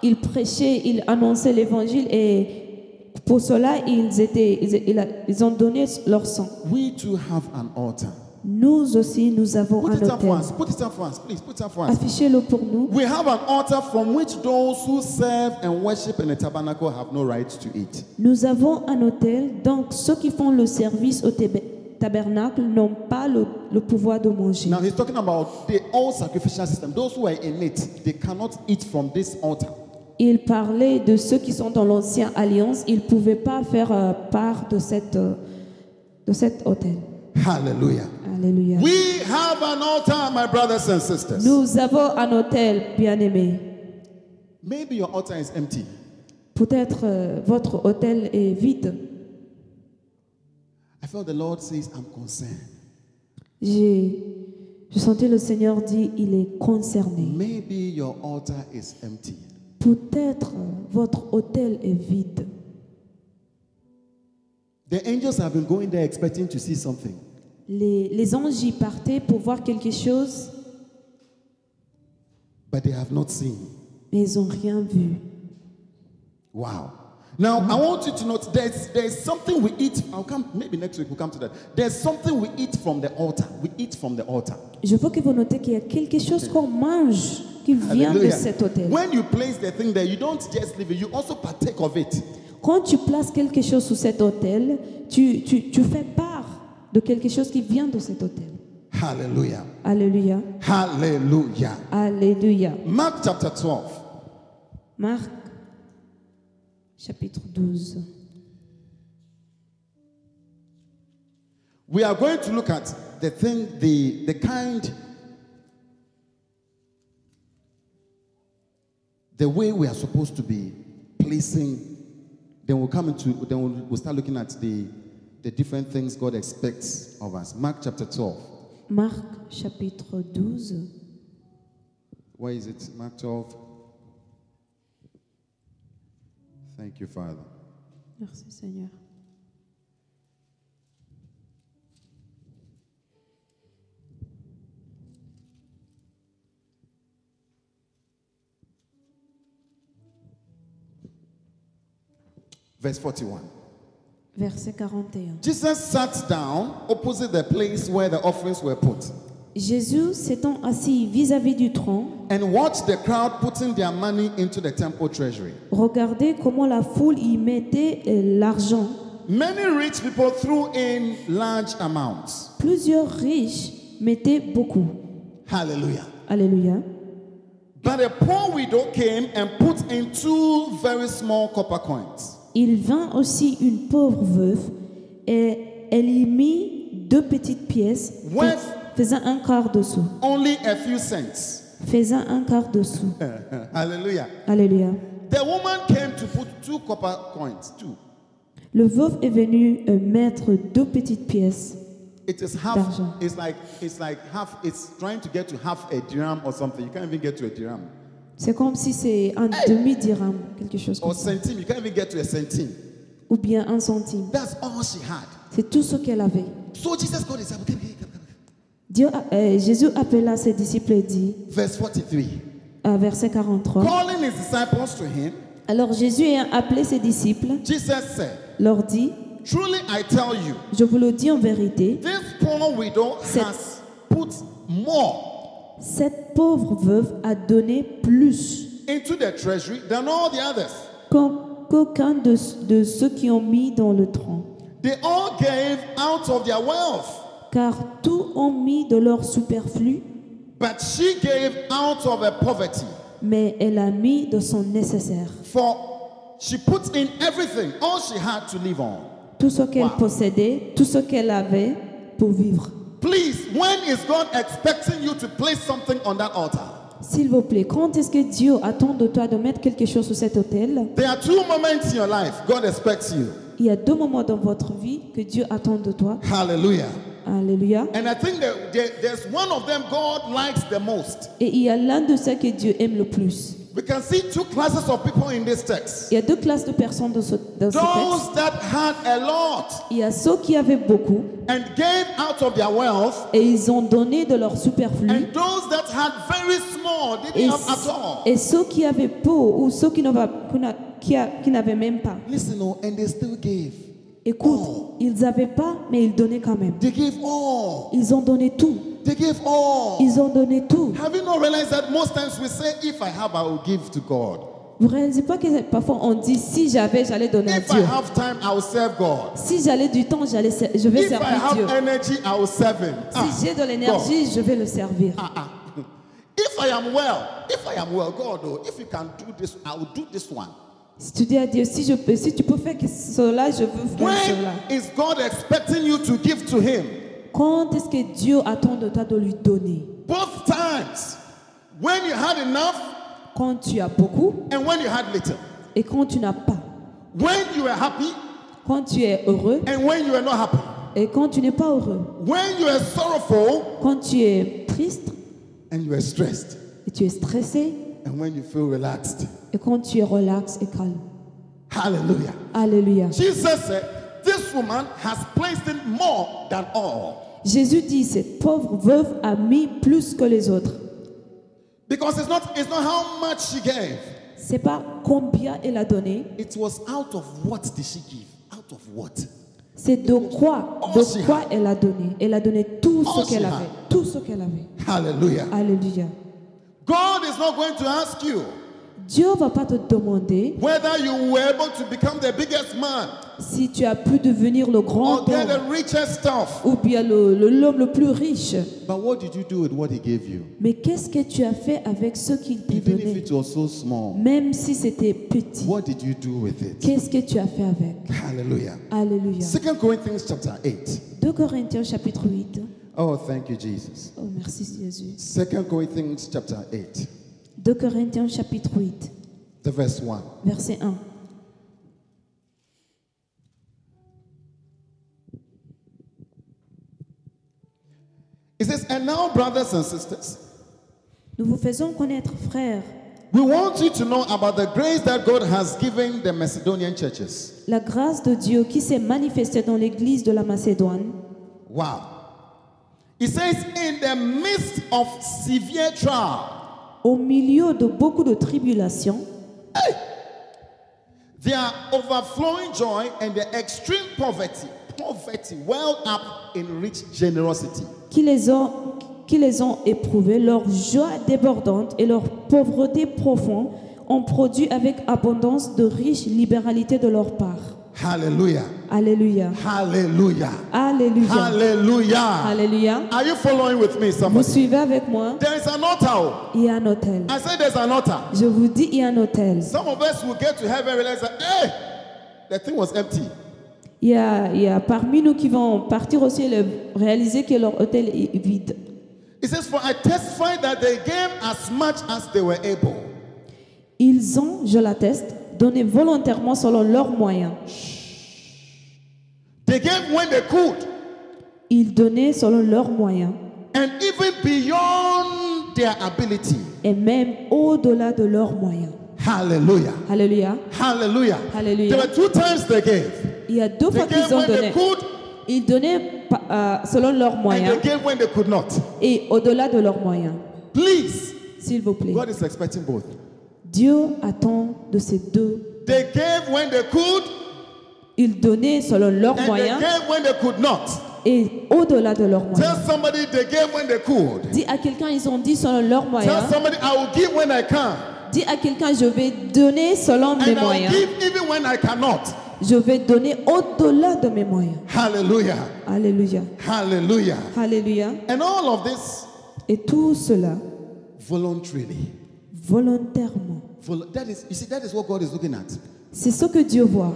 Speaker 2: Ils prêchaient, ils annonçaient l'évangile et pour cela ils, étaient, ils, ils a- ils ont donné leur sang.
Speaker 1: We too have an altar.
Speaker 2: Nous aussi nous avons
Speaker 1: Put
Speaker 2: un
Speaker 1: it up for
Speaker 2: autel.
Speaker 1: us. Put it up for us. Please put it up for us.
Speaker 2: Affichez-le pour nous.
Speaker 1: We have an altar from which those who serve and worship in the tabernacle have no right to eat.
Speaker 2: Nous avons un autel, donc ceux qui font le service au tab- tabernacle n'ont pas le, le pouvoir de manger.
Speaker 1: Now he's talking about the old sacrificial system. Those who are in it, they cannot eat from this altar.
Speaker 2: Il parlait de ceux qui sont dans l'ancienne alliance, ils ne pouvaient pas faire euh, part de, cette, euh, de cet autel.
Speaker 1: Hallelujah.
Speaker 2: Alléluia.
Speaker 1: We have an altar, my brothers and sisters.
Speaker 2: Nous avons un autel, bien-aimés.
Speaker 1: Maybe your altar is empty.
Speaker 2: Peut-être euh, votre hôtel est vide.
Speaker 1: I felt the Lord says, I'm concerned.
Speaker 2: J'ai, je sentais le Seigneur dire, il est concerné.
Speaker 1: Maybe your altar is empty.
Speaker 2: Peut-être euh, votre hôtel est vide.
Speaker 1: The angels have been going there expecting to see something.
Speaker 2: Les, les anges y partaient pour voir quelque chose,
Speaker 1: but they have not seen.
Speaker 2: mais ils n'ont rien vu.
Speaker 1: Wow. Now I want you to note there's there's something we eat. I'll come maybe next week we'll come to that. There's something we eat from the altar. We eat from the altar.
Speaker 2: Je veux que vous notez qu'il y a quelque chose qu'on mange qui vient de
Speaker 1: Hallelujah.
Speaker 2: cet hôtel.
Speaker 1: When you place the thing there, you don't just leave it, you also partake of it.
Speaker 2: Quand tu places quelque chose sous cet hôtel, tu, tu, tu fais part de quelque chose qui vient de cet hôtel.
Speaker 1: Hallelujah.
Speaker 2: Alléluia.
Speaker 1: Hallelujah.
Speaker 2: Alléluia.
Speaker 1: Mark chapter 12.
Speaker 2: Marc, chapitre 12.
Speaker 1: We are going to look at the thing, the the kind, the way we are supposed to be placing. Then we'll come into then we'll, we'll start looking at the the different things God expects of us. Mark chapter 12.
Speaker 2: Marc, chapitre 12.
Speaker 1: Where is it? Mark 12. Thank you, Father.
Speaker 2: Merci Seigneur.
Speaker 1: Verse 41.
Speaker 2: Verset 41.
Speaker 1: Jesus sat down opposite the place where the offerings were put.
Speaker 2: Jésus s'étant assis vis-à-vis du tronc,
Speaker 1: and watch the crowd putting their money into the temple treasury.
Speaker 2: regardait comment la foule y mettait euh, l'argent.
Speaker 1: Many rich people threw in large amounts.
Speaker 2: Plusieurs riches mettaient beaucoup.
Speaker 1: Hallelujah.
Speaker 2: Alléluia.
Speaker 1: But a poor widow came and put in two very small copper coins.
Speaker 2: Il vint aussi une pauvre veuve et elle y mit deux petites pièces,
Speaker 1: Ouais.
Speaker 2: fais- faisant un quart de sou.
Speaker 1: Only a few cents. *laughs*
Speaker 2: Faisant un quart de sou.
Speaker 1: Hallelujah.
Speaker 2: Alléluia.
Speaker 1: The woman came to put two copper coins. Two.
Speaker 2: Le veuve est venu euh, mettre deux petites pièces.
Speaker 1: It is half.
Speaker 2: D'argent.
Speaker 1: It's like it's like half. It's trying to get to half a dirham or something. You can't even get to a dirham
Speaker 2: C'est comme si c'est un demi-dirham, quelque chose
Speaker 1: or
Speaker 2: comme ça.
Speaker 1: centime. You can't even get to a centime.
Speaker 2: Ou bien un centime.
Speaker 1: That's all she had.
Speaker 2: C'est tout ce qu'elle avait.
Speaker 1: So Jesus called his disciples. "Come, come, come, come."
Speaker 2: Dieu, a- euh, Jésus appela ses disciples et dit,
Speaker 1: Verse 43.
Speaker 2: à verset 43,
Speaker 1: Calling his disciples to him,
Speaker 2: Alors Jésus ayant appelé ses disciples,
Speaker 1: Jesus said,
Speaker 2: leur dit,
Speaker 1: Truly I tell you,
Speaker 2: Je vous le dis en vérité,
Speaker 1: this poor widow
Speaker 2: Said-
Speaker 1: has put more
Speaker 2: cette pauvre veuve a donné plus
Speaker 1: into the treasury than all the others.
Speaker 2: qu'en- qu'aucun de, de ceux qui ont mis dans le tronc,
Speaker 1: They all gave out of their wealth,
Speaker 2: car tous ont mis de leur superflu,
Speaker 1: but she gave out of her poverty.
Speaker 2: mais elle a mis de son nécessaire,
Speaker 1: For she put in everything, all she had to live on.
Speaker 2: tout ce qu'elle
Speaker 1: Wow.
Speaker 2: possédait, tout ce qu'elle avait pour vivre.
Speaker 1: Please, when is God expecting you to place something on that altar?
Speaker 2: S'il vous plaît, quand est-ce que Dieu attend de toi de mettre quelque chose sur cet autel
Speaker 1: There are two moments in your life God expects you.
Speaker 2: Il y a deux moments dans votre vie que Dieu attend de toi.
Speaker 1: Hallelujah.
Speaker 2: Alléluia.
Speaker 1: And I think that there, there's one of them God likes the most.
Speaker 2: Et il y a l'un de ceux que Dieu aime le plus.
Speaker 1: We can see two classes of people in this text.
Speaker 2: Il y a deux classes de personnes dans ce, dans ce texte.
Speaker 1: Those that had a lot
Speaker 2: Il y a ceux qui avaient beaucoup
Speaker 1: and gave out of their wealth,
Speaker 2: et ils ont donné de leur superflu.
Speaker 1: and those that had very small
Speaker 2: Et,
Speaker 1: didn't have at all.
Speaker 2: et ceux qui avaient peu ou ceux qui n'avaient qui n'a- qui a- qui n'avaient même pas.
Speaker 1: Listen, oh, and they still gave.
Speaker 2: Écoute,
Speaker 1: Oh.
Speaker 2: ils n'avaient pas, mais ils donnaient quand même.
Speaker 1: They gave all.
Speaker 2: Ils ont donné tout.
Speaker 1: They gave all.
Speaker 2: Ils ont donné tout.
Speaker 1: Have you not realized that most times we say, if I have, I will give to God.
Speaker 2: Vous ne réalisez pas que parfois on dit si j'avais, j'allais donner à
Speaker 1: If I
Speaker 2: Dieu.
Speaker 1: have time, I will serve God.
Speaker 2: Si j'allais du temps, j'allais, ser- je vais
Speaker 1: If I
Speaker 2: servir
Speaker 1: have
Speaker 2: Dieu.
Speaker 1: energy, I will serve Him. Ah,
Speaker 2: Si j'ai de l'énergie, je vais le servir.
Speaker 1: God. Ah, ah. If I am well, if I am well, God, oh, if you can do this, I will do this one.
Speaker 2: Si tu dis à Dieu, si, je peux, si tu peux faire que cela, je veux faire cela.
Speaker 1: When is God expecting you to give to Him?
Speaker 2: Quand est-ce que Dieu attend de toi de lui donner
Speaker 1: Both times. When you had enough
Speaker 2: Quand tu as beaucoup
Speaker 1: and when you had little.
Speaker 2: et quand tu n'as pas.
Speaker 1: When you were happy
Speaker 2: Quand tu es heureux
Speaker 1: and when you were not happy.
Speaker 2: et quand tu n'es pas heureux.
Speaker 1: When you were sorrowful
Speaker 2: Quand tu es triste
Speaker 1: and you were stressed.
Speaker 2: et tu es stressé
Speaker 1: And when you feel relaxed.
Speaker 2: et quand tu es relax et calme.
Speaker 1: Hallelujah.
Speaker 2: Alléluia.
Speaker 1: Jesus said, This woman has placed in more than all.
Speaker 2: Jésus dit, cette pauvre veuve a mis plus que les autres.
Speaker 1: Because it's not, it's not how much she gave,
Speaker 2: C'est pas combien elle a donné,
Speaker 1: it was out of what did she give? Out of what?
Speaker 2: c'est de quoi, de quoi elle a donné. Elle a donné tout ce qu'elle avait, tout ce qu'elle avait.
Speaker 1: Hallelujah.
Speaker 2: Alléluia.
Speaker 1: God is not going to ask you
Speaker 2: Dieu va pas te demander
Speaker 1: whether you were able to become the biggest man
Speaker 2: si tu as pu devenir le grand
Speaker 1: or get the
Speaker 2: homme
Speaker 1: richest stuff.
Speaker 2: ou bien le- le- l'homme le, plus riche.
Speaker 1: But what did you do with what He gave you?
Speaker 2: Mais qu'est-ce que tu as fait avec ce qu'il t'a
Speaker 1: Even if
Speaker 2: donné,
Speaker 1: it was so small,
Speaker 2: même si c'était petit
Speaker 1: what did you do with it?
Speaker 2: Qu'est-ce que tu as fait avec
Speaker 1: Hallelujah.
Speaker 2: Alléluia.
Speaker 1: Second Corinthians chapter 8.
Speaker 2: 2 Corinthiens chapitre 8.
Speaker 1: Oh, thank you, Jesus.
Speaker 2: Oh, merci Jésus.
Speaker 1: Second Corinthians chapter 8,
Speaker 2: 2 Corinthiens chapitre 8,
Speaker 1: the verse 1.
Speaker 2: verset 1.
Speaker 1: It says, And now, brothers and sisters,
Speaker 2: Nous vous faisons connaître, frères,
Speaker 1: we want you to know about the grace that God has given the Macedonian churches.
Speaker 2: la grâce de Dieu qui s'est manifestée dans l'église de la Macédoine.
Speaker 1: Wow. It says, In the midst of severe trial,
Speaker 2: Au milieu de beaucoup de tribulations,
Speaker 1: their overflowing joy and their extreme poverty, poverty welled up in rich generosity.
Speaker 2: qui les ont, qui les ont éprouvés, leur joie débordante et leur pauvreté profonde ont produit avec abondance de riches libéralités de leur part.
Speaker 1: Hallelujah.
Speaker 2: Alléluia.
Speaker 1: Hallelujah.
Speaker 2: Alléluia.
Speaker 1: Hallelujah.
Speaker 2: Alléluia.
Speaker 1: Are you following with me,
Speaker 2: Vous
Speaker 1: somebody?
Speaker 2: suivez avec moi
Speaker 1: There is an altar. oh.
Speaker 2: Il y a un hôtel.
Speaker 1: I said there's an altar.
Speaker 2: Je vous dis, il y a un hôtel.
Speaker 1: Some of us will get to heaven and realize that, hey, the thing was empty.
Speaker 2: Il y, a, il y a parmi nous qui vont partir aussi le, réaliser que leur hôtel est vide.
Speaker 1: It says, For I testify that they gave as much as they were able.
Speaker 2: Ils ont, je l'atteste, donné volontairement selon leurs moyens.
Speaker 1: They gave when they could,
Speaker 2: Ils donnaient selon leurs moyens
Speaker 1: and even beyond their ability.
Speaker 2: et même au-delà de leurs moyens.
Speaker 1: Hallelujah.
Speaker 2: Alléluia.
Speaker 1: Hallelujah.
Speaker 2: Hallelujah.
Speaker 1: There were two times they gave.
Speaker 2: Il y a deux
Speaker 1: They
Speaker 2: fois
Speaker 1: gave
Speaker 2: qu'ils ont
Speaker 1: when they
Speaker 2: donné.
Speaker 1: could,
Speaker 2: Ils donnaient pa- euh, selon leurs
Speaker 1: and
Speaker 2: moyens
Speaker 1: they gave when they could not.
Speaker 2: et au-delà de leurs moyens.
Speaker 1: Please.
Speaker 2: S'il vous plaît.
Speaker 1: God is expecting both.
Speaker 2: Dieu attend de ces deux.
Speaker 1: They gave when they could,
Speaker 2: Ils donnaient selon leurs
Speaker 1: and
Speaker 2: moyens
Speaker 1: they gave when they could not.
Speaker 2: et au-delà de leurs moyens.
Speaker 1: Tell somebody they gave when they could.
Speaker 2: Dis à quelqu'un, ils ont dit selon leurs moyens.
Speaker 1: Tell somebody I will give when I can.
Speaker 2: Dis à quelqu'un, je vais donner selon mes
Speaker 1: And I will
Speaker 2: moyens.
Speaker 1: give even when I cannot.
Speaker 2: Je vais donner au-delà de mes moyens.
Speaker 1: Hallelujah.
Speaker 2: Alléluia.
Speaker 1: Hallelujah.
Speaker 2: Alléluia.
Speaker 1: And all of this
Speaker 2: Et tout cela
Speaker 1: voluntarily.
Speaker 2: volontairement.
Speaker 1: Vol- that is, you see, that is what God is looking at.
Speaker 2: C'est ce que Dieu voit.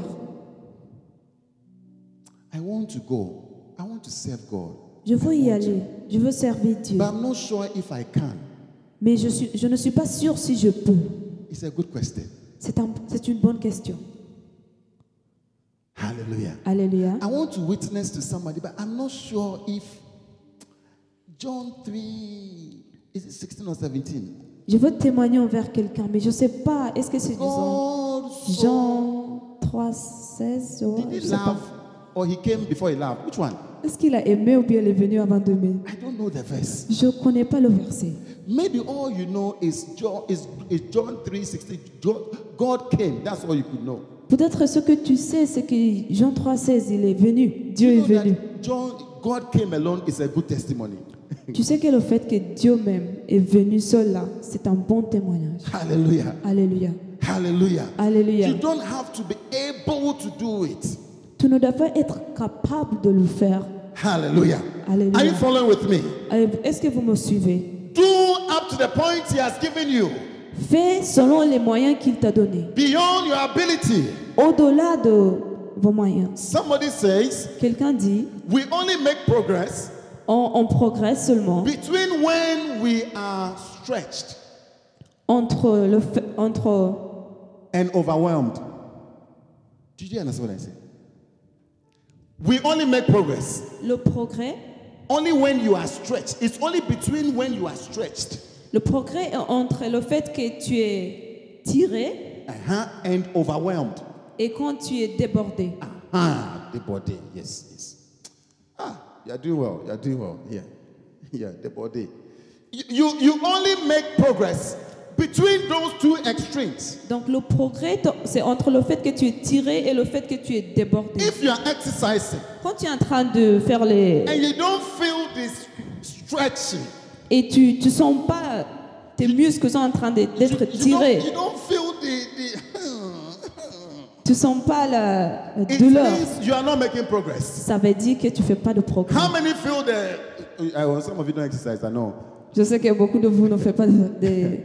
Speaker 1: I want to go. I want to serve God.
Speaker 2: Je veux y aller. Je veux servir Dieu.
Speaker 1: But I'm not sure if I can.
Speaker 2: Mais je, suis- je ne suis pas sûre si je peux.
Speaker 1: It's a good question.
Speaker 2: C'est un- c'est une bonne question.
Speaker 1: Hallelujah.
Speaker 2: Alléluia.
Speaker 1: I want to witness to somebody, but I'm not sure if John 3, is it 16 or 17?
Speaker 2: Je veux témoigner envers quelqu'un, mais je ne sais pas. Est-ce que c'est disons,
Speaker 1: God so
Speaker 2: Jean 3, 16 ouais,
Speaker 1: did he
Speaker 2: je sais pas.
Speaker 1: love or he came before he loved? Which one?
Speaker 2: Est-ce qu'il a aimé ou bien il est venu avant de mai
Speaker 1: I don't know the verse.
Speaker 2: Je ne connais pas le verset.
Speaker 1: Maybe all you know is John is, is John 3:16. John, God came. That's all you could know.
Speaker 2: Peut-être ce que tu sais, c'est que Jean 3, 16, il est venu. Dieu est
Speaker 1: You know
Speaker 2: venu.
Speaker 1: that John, God came alone is a good testimony.
Speaker 2: Tu sais que le fait que Dieu même est venu seul là, c'est un bon témoignage.
Speaker 1: Hallelujah.
Speaker 2: Alléluia.
Speaker 1: Hallelujah.
Speaker 2: Alléluia.
Speaker 1: You don't have to be able to do it.
Speaker 2: Tu ne dois pas être capable de le faire.
Speaker 1: Hallelujah.
Speaker 2: Hallelujah.
Speaker 1: Are you following with me?
Speaker 2: Euh, Est-ce que vous me suivez
Speaker 1: Do up to the point He has given you,
Speaker 2: Fais selon les moyens qu'il t'a donnés,
Speaker 1: beyond your ability.
Speaker 2: au-delà de vos moyens.
Speaker 1: Somebody says,
Speaker 2: Quelqu'un dit,
Speaker 1: we only make progress
Speaker 2: on, on progresse seulement
Speaker 1: between when we are stretched
Speaker 2: entre le fait- entre
Speaker 1: and overwhelmed. Did you understand what I said? We only make progress
Speaker 2: le progrès.
Speaker 1: only when you are stretched. It's only between when you are stretched
Speaker 2: Le progrès est entre le fait que tu es tiré
Speaker 1: uh-huh, and overwhelmed.
Speaker 2: et quand tu es débordé.
Speaker 1: Ah, the body. Yes, yes. Ah, you are doing well. You are doing well. Yeah, *laughs* yeah. The body. You, you you only make progress between those two extremes
Speaker 2: Donc le progrès, t- c'est entre le fait que tu es tiré et le fait que tu es débordé.
Speaker 1: if you are exercising
Speaker 2: Quand tu es en train de faire les...
Speaker 1: and you don't feel this stretching.
Speaker 2: Et tu ne sens pas tes muscles sont en train de- d'être
Speaker 1: You don't,
Speaker 2: tirés.
Speaker 1: you don't feel the,
Speaker 2: Tu ne sens pas la, la
Speaker 1: the it
Speaker 2: douleur.
Speaker 1: means you are not making progress.
Speaker 2: Ça veut dire que tu ne fais pas de progrès.
Speaker 1: How many feel the? I well, some of you don't exercise. I know. *laughs*
Speaker 2: Je sais que beaucoup de vous ne faites pas de... de-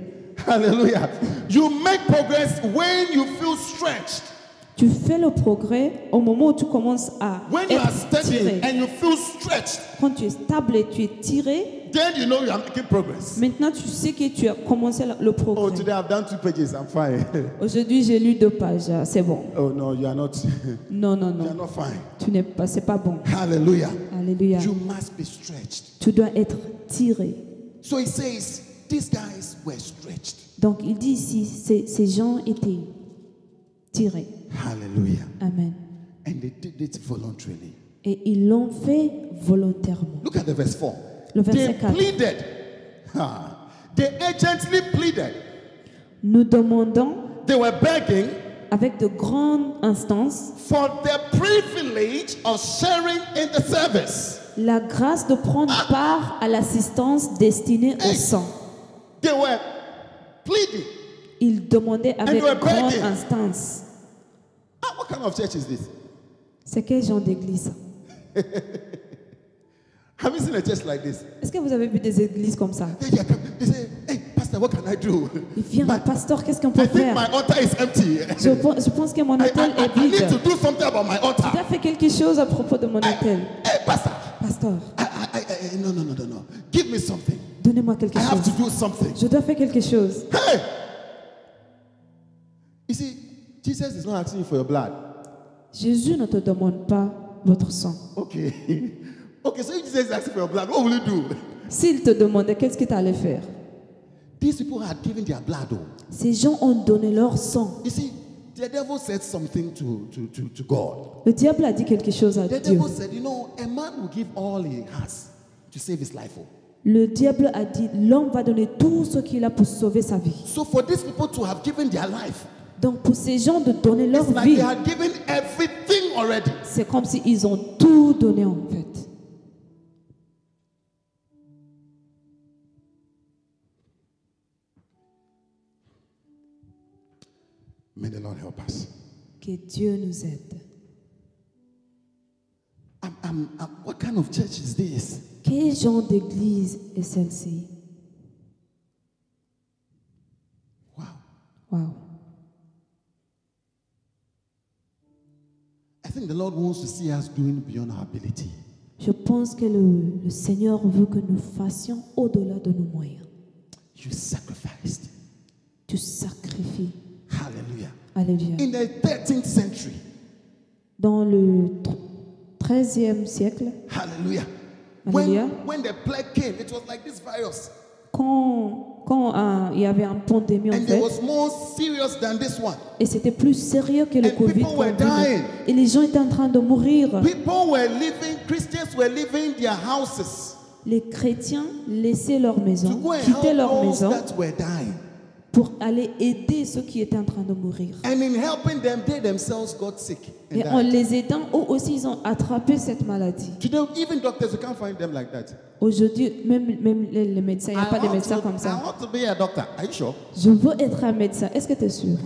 Speaker 1: Hallelujah. You make progress when you feel stretched.
Speaker 2: Tu fais le progrès au moment où tu commences à
Speaker 1: When you are
Speaker 2: être
Speaker 1: standing
Speaker 2: tiré.
Speaker 1: and you feel stretched,
Speaker 2: Quand tu es stable et tu es tiré,
Speaker 1: then you know you are making progress.
Speaker 2: maintenant tu sais que tu as commencé la- le
Speaker 1: Oh,
Speaker 2: progrès.
Speaker 1: today I've done two pages. I'm fine. *laughs*
Speaker 2: Aujourd'hui, j'ai lu deux pages. C'est bon.
Speaker 1: oh no, you are not. *laughs* you
Speaker 2: Non, non,
Speaker 1: are
Speaker 2: non.
Speaker 1: not fine.
Speaker 2: Tu n'es pas... C'est pas bon.
Speaker 1: Hallelujah.
Speaker 2: Alléluia.
Speaker 1: You must be stretched.
Speaker 2: Tu dois être tiré.
Speaker 1: So he says these guys were stretched.
Speaker 2: Donc il dit ici, ces, ces gens étaient tirés.
Speaker 1: Hallelujah.
Speaker 2: Amen.
Speaker 1: And they did it voluntarily.
Speaker 2: Et ils l'ont fait volontairement.
Speaker 1: Look at the verse four.
Speaker 2: Le verset
Speaker 1: They
Speaker 2: 4.
Speaker 1: pleaded. Ha. They urgently pleaded.
Speaker 2: Nous demandons
Speaker 1: They were begging
Speaker 2: avec de grandes instances
Speaker 1: for the privilege of sharing in the service.
Speaker 2: la grâce de prendre part à l'assistance destinée au
Speaker 1: Hey.
Speaker 2: sang.
Speaker 1: They were pleading.
Speaker 2: Ils demandaient avec
Speaker 1: we're
Speaker 2: grande
Speaker 1: begging.
Speaker 2: instance.
Speaker 1: Ah, what kind of church is this?
Speaker 2: C'est quel genre d'église
Speaker 1: Have you seen a church like this?
Speaker 2: Est-ce que vous avez vu des églises comme ça
Speaker 1: They, they, come, they say, hey, pastor, what can I do?
Speaker 2: Il vient,
Speaker 1: My-
Speaker 2: pasteur, qu'est-ce qu'on peut
Speaker 1: I think my
Speaker 2: faire
Speaker 1: altar is *laughs* empty.
Speaker 2: je pense, je pense que mon
Speaker 1: I,
Speaker 2: hôtel
Speaker 1: I-
Speaker 2: est
Speaker 1: I- I need to
Speaker 2: vide.
Speaker 1: do something about my
Speaker 2: Tu
Speaker 1: altar.
Speaker 2: as fait quelque chose à propos de mon hôtel.
Speaker 1: Hey, pastor,
Speaker 2: Pasteur,
Speaker 1: I, I, I, I- no, no, no, no, no. Give me something.
Speaker 2: donnez-moi quelque
Speaker 1: I have to
Speaker 2: chose.
Speaker 1: do something.
Speaker 2: Je dois faire quelque chose.
Speaker 1: Hey! You see, Jesus is not asking you for your blood.
Speaker 2: Jésus ne te demande pas votre sang.
Speaker 1: Okay. okay, so if Jesus is asking for your blood, what will you do?
Speaker 2: S'il te demandait qu'est-ce que tu allais faire,
Speaker 1: These people had given their blood. Oh.
Speaker 2: ces gens ont donné leur sang.
Speaker 1: You see, the devil said something to, to, to, to God.
Speaker 2: Le diable a dit quelque chose à
Speaker 1: The
Speaker 2: Dieu.
Speaker 1: devil said, You know, a man will give all he has to save his life. oh.
Speaker 2: Le diable a dit, l'homme va donner tout ce qu'il a pour sauver sa vie.
Speaker 1: So for these people to have given their life,
Speaker 2: Donc pour ces gens de donner leur
Speaker 1: it's like
Speaker 2: vie,
Speaker 1: they had given everything already.
Speaker 2: c'est comme s'ils ont tout donné en fait.
Speaker 1: May the Lord help us.
Speaker 2: Que Dieu nous aide.
Speaker 1: I'm, I'm, I'm- what kind of church is this?
Speaker 2: Quel genre d'église est celle-ci
Speaker 1: Wow.
Speaker 2: Wow.
Speaker 1: I think the Lord wants to see us doing beyond our ability.
Speaker 2: Je pense que le, le Seigneur veut que nous fassions au-delà de nos moyens.
Speaker 1: You sacrificed.
Speaker 2: Tu sacrifies.
Speaker 1: Hallelujah.
Speaker 2: Alléluia.
Speaker 1: In the 13th century,
Speaker 2: Dans le tr- 13e siècle,
Speaker 1: hallelujah. When,
Speaker 2: Hallelujah.
Speaker 1: when the plague came, it was like this virus.
Speaker 2: quand, quand euh, il y avait un pandémie en
Speaker 1: And it
Speaker 2: fait,
Speaker 1: was more serious than this one.
Speaker 2: et c'était plus sérieux que le
Speaker 1: And
Speaker 2: Covid,
Speaker 1: people were
Speaker 2: qu'on vivait.
Speaker 1: dying.
Speaker 2: et les gens étaient en train de mourir,
Speaker 1: People were leaving, Christians were leaving their houses
Speaker 2: les chrétiens laissaient leur
Speaker 1: to
Speaker 2: maison,
Speaker 1: go and help
Speaker 2: quittaient leur
Speaker 1: those
Speaker 2: maison
Speaker 1: that were dying.
Speaker 2: pour aller aider ceux qui étaient en train de mourir.
Speaker 1: And in helping them, they themselves got sick. And
Speaker 2: Et en
Speaker 1: died.
Speaker 2: les aidant, eux aussi, ils ont attrapé cette maladie.
Speaker 1: Today, even doctors, you can't find them like that.
Speaker 2: Aujourd'hui, même, même les les médecins, il n'y a pas de
Speaker 1: want
Speaker 2: médecins
Speaker 1: to,
Speaker 2: comme
Speaker 1: I
Speaker 2: ça.
Speaker 1: want to be a doctor. Are you sure?
Speaker 2: Je veux être un médecin. Est-ce que tu es sûr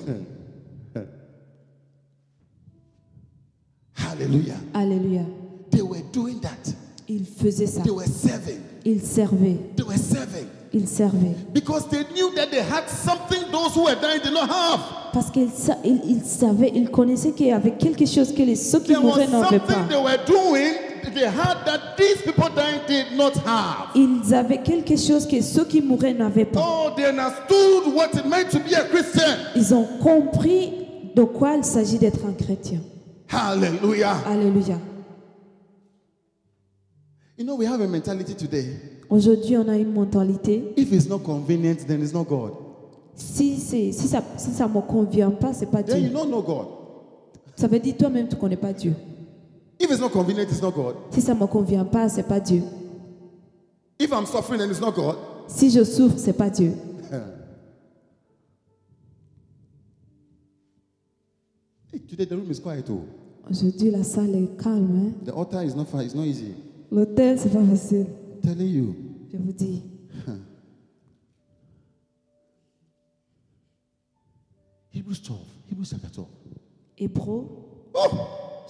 Speaker 1: Hallelujah.
Speaker 2: Alléluia.
Speaker 1: They were doing that.
Speaker 2: Ils faisaient ça.
Speaker 1: They were serving.
Speaker 2: Ils servaient.
Speaker 1: They were serving.
Speaker 2: Ils servaient.
Speaker 1: Because they knew that they had something those who were dying did not have.
Speaker 2: Parce qu'ils sa- ils, ils savaient, ils connaissaient qu'il y avait quelque chose que les, ceux qui
Speaker 1: There was
Speaker 2: mouraient n'avaient
Speaker 1: something
Speaker 2: pas.
Speaker 1: they were doing they had that these people dying did not have.
Speaker 2: Ils avaient quelque chose que ceux qui mouraient n'avaient pas.
Speaker 1: Oh, they understood what it meant to be a Christian.
Speaker 2: Ils ont compris de quoi il s'agit d'être un chrétien.
Speaker 1: Hallelujah.
Speaker 2: Alléluia.
Speaker 1: You know, we have a mentality today.
Speaker 2: Aujourd'hui, on a une mentalité.
Speaker 1: If it's not convenient, then it's not God.
Speaker 2: Si, c'est- si ça ne si ça me convient pas, c'est pas
Speaker 1: Then you
Speaker 2: Dieu.
Speaker 1: don't know God.
Speaker 2: Ça veut dire toi-même, tu ne connais pas Dieu.
Speaker 1: If it's not convenient, it's not God.
Speaker 2: Si ça ne me convient pas, c'est pas Dieu.
Speaker 1: If I'm suffering, then it's not God.
Speaker 2: Si je souffre, c'est pas Dieu.
Speaker 1: Hey, today the room is quiet too.
Speaker 2: Aujourd'hui, la salle est calme.
Speaker 1: The altar is not far, it's not easy.
Speaker 2: Hein? L'hôtel, c'est pas facile.
Speaker 1: I'm telling you.
Speaker 2: Je vous dis.
Speaker 1: Hebrews 12. Hebrews chapter 12.
Speaker 2: Hébreu,
Speaker 1: Oh!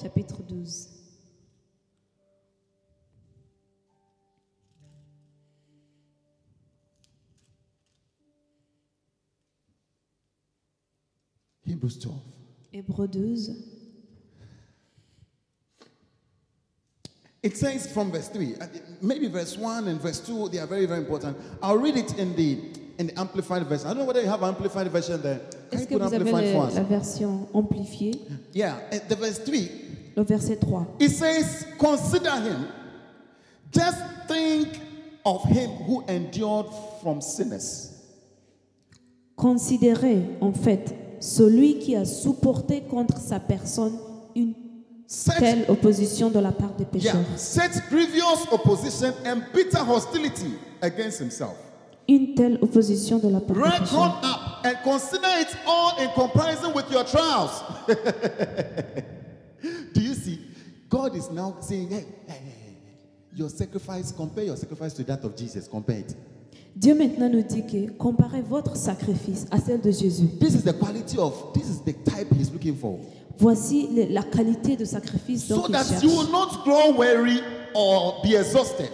Speaker 2: chapitre 12.
Speaker 1: Hebrews 12.
Speaker 2: Hébreu 12.
Speaker 1: It says from verse 3, I think maybe verse 1 and verse 2, they are very, very important. I'll read it in the in the amplified version. I don't know whether you have amplified version there. Can
Speaker 2: Est-ce
Speaker 1: you
Speaker 2: que
Speaker 1: put
Speaker 2: vous avez
Speaker 1: amplified
Speaker 2: le-
Speaker 1: for us?
Speaker 2: la version amplifiée
Speaker 1: Yeah, and the verse 3,
Speaker 2: Le verset 3.
Speaker 1: It says, Consider him. Just think of him who endured from sinners.
Speaker 2: Considérez, en fait, celui qui a supporté contre sa personne une
Speaker 1: Such,
Speaker 2: telle opposition de la part des pécheurs.
Speaker 1: yeah, such grievous opposition and bitter hostility against himself.
Speaker 2: Une telle opposition de la part des
Speaker 1: Reckon
Speaker 2: pécheurs.
Speaker 1: up and consider it all in comparison with your trials. *laughs* Do you see? God is now saying, hey, hey, hey, hey, your sacrifice, compare your sacrifice to that of Jesus. Compare it.
Speaker 2: Dieu maintenant nous dit que comparez votre sacrifice à celle de Jésus.
Speaker 1: This is the quality of, this is the type he's looking for.
Speaker 2: Voici le- la qualité de sacrifice dont
Speaker 1: so
Speaker 2: il
Speaker 1: that
Speaker 2: cherche.
Speaker 1: you will not grow weary or be exhausted,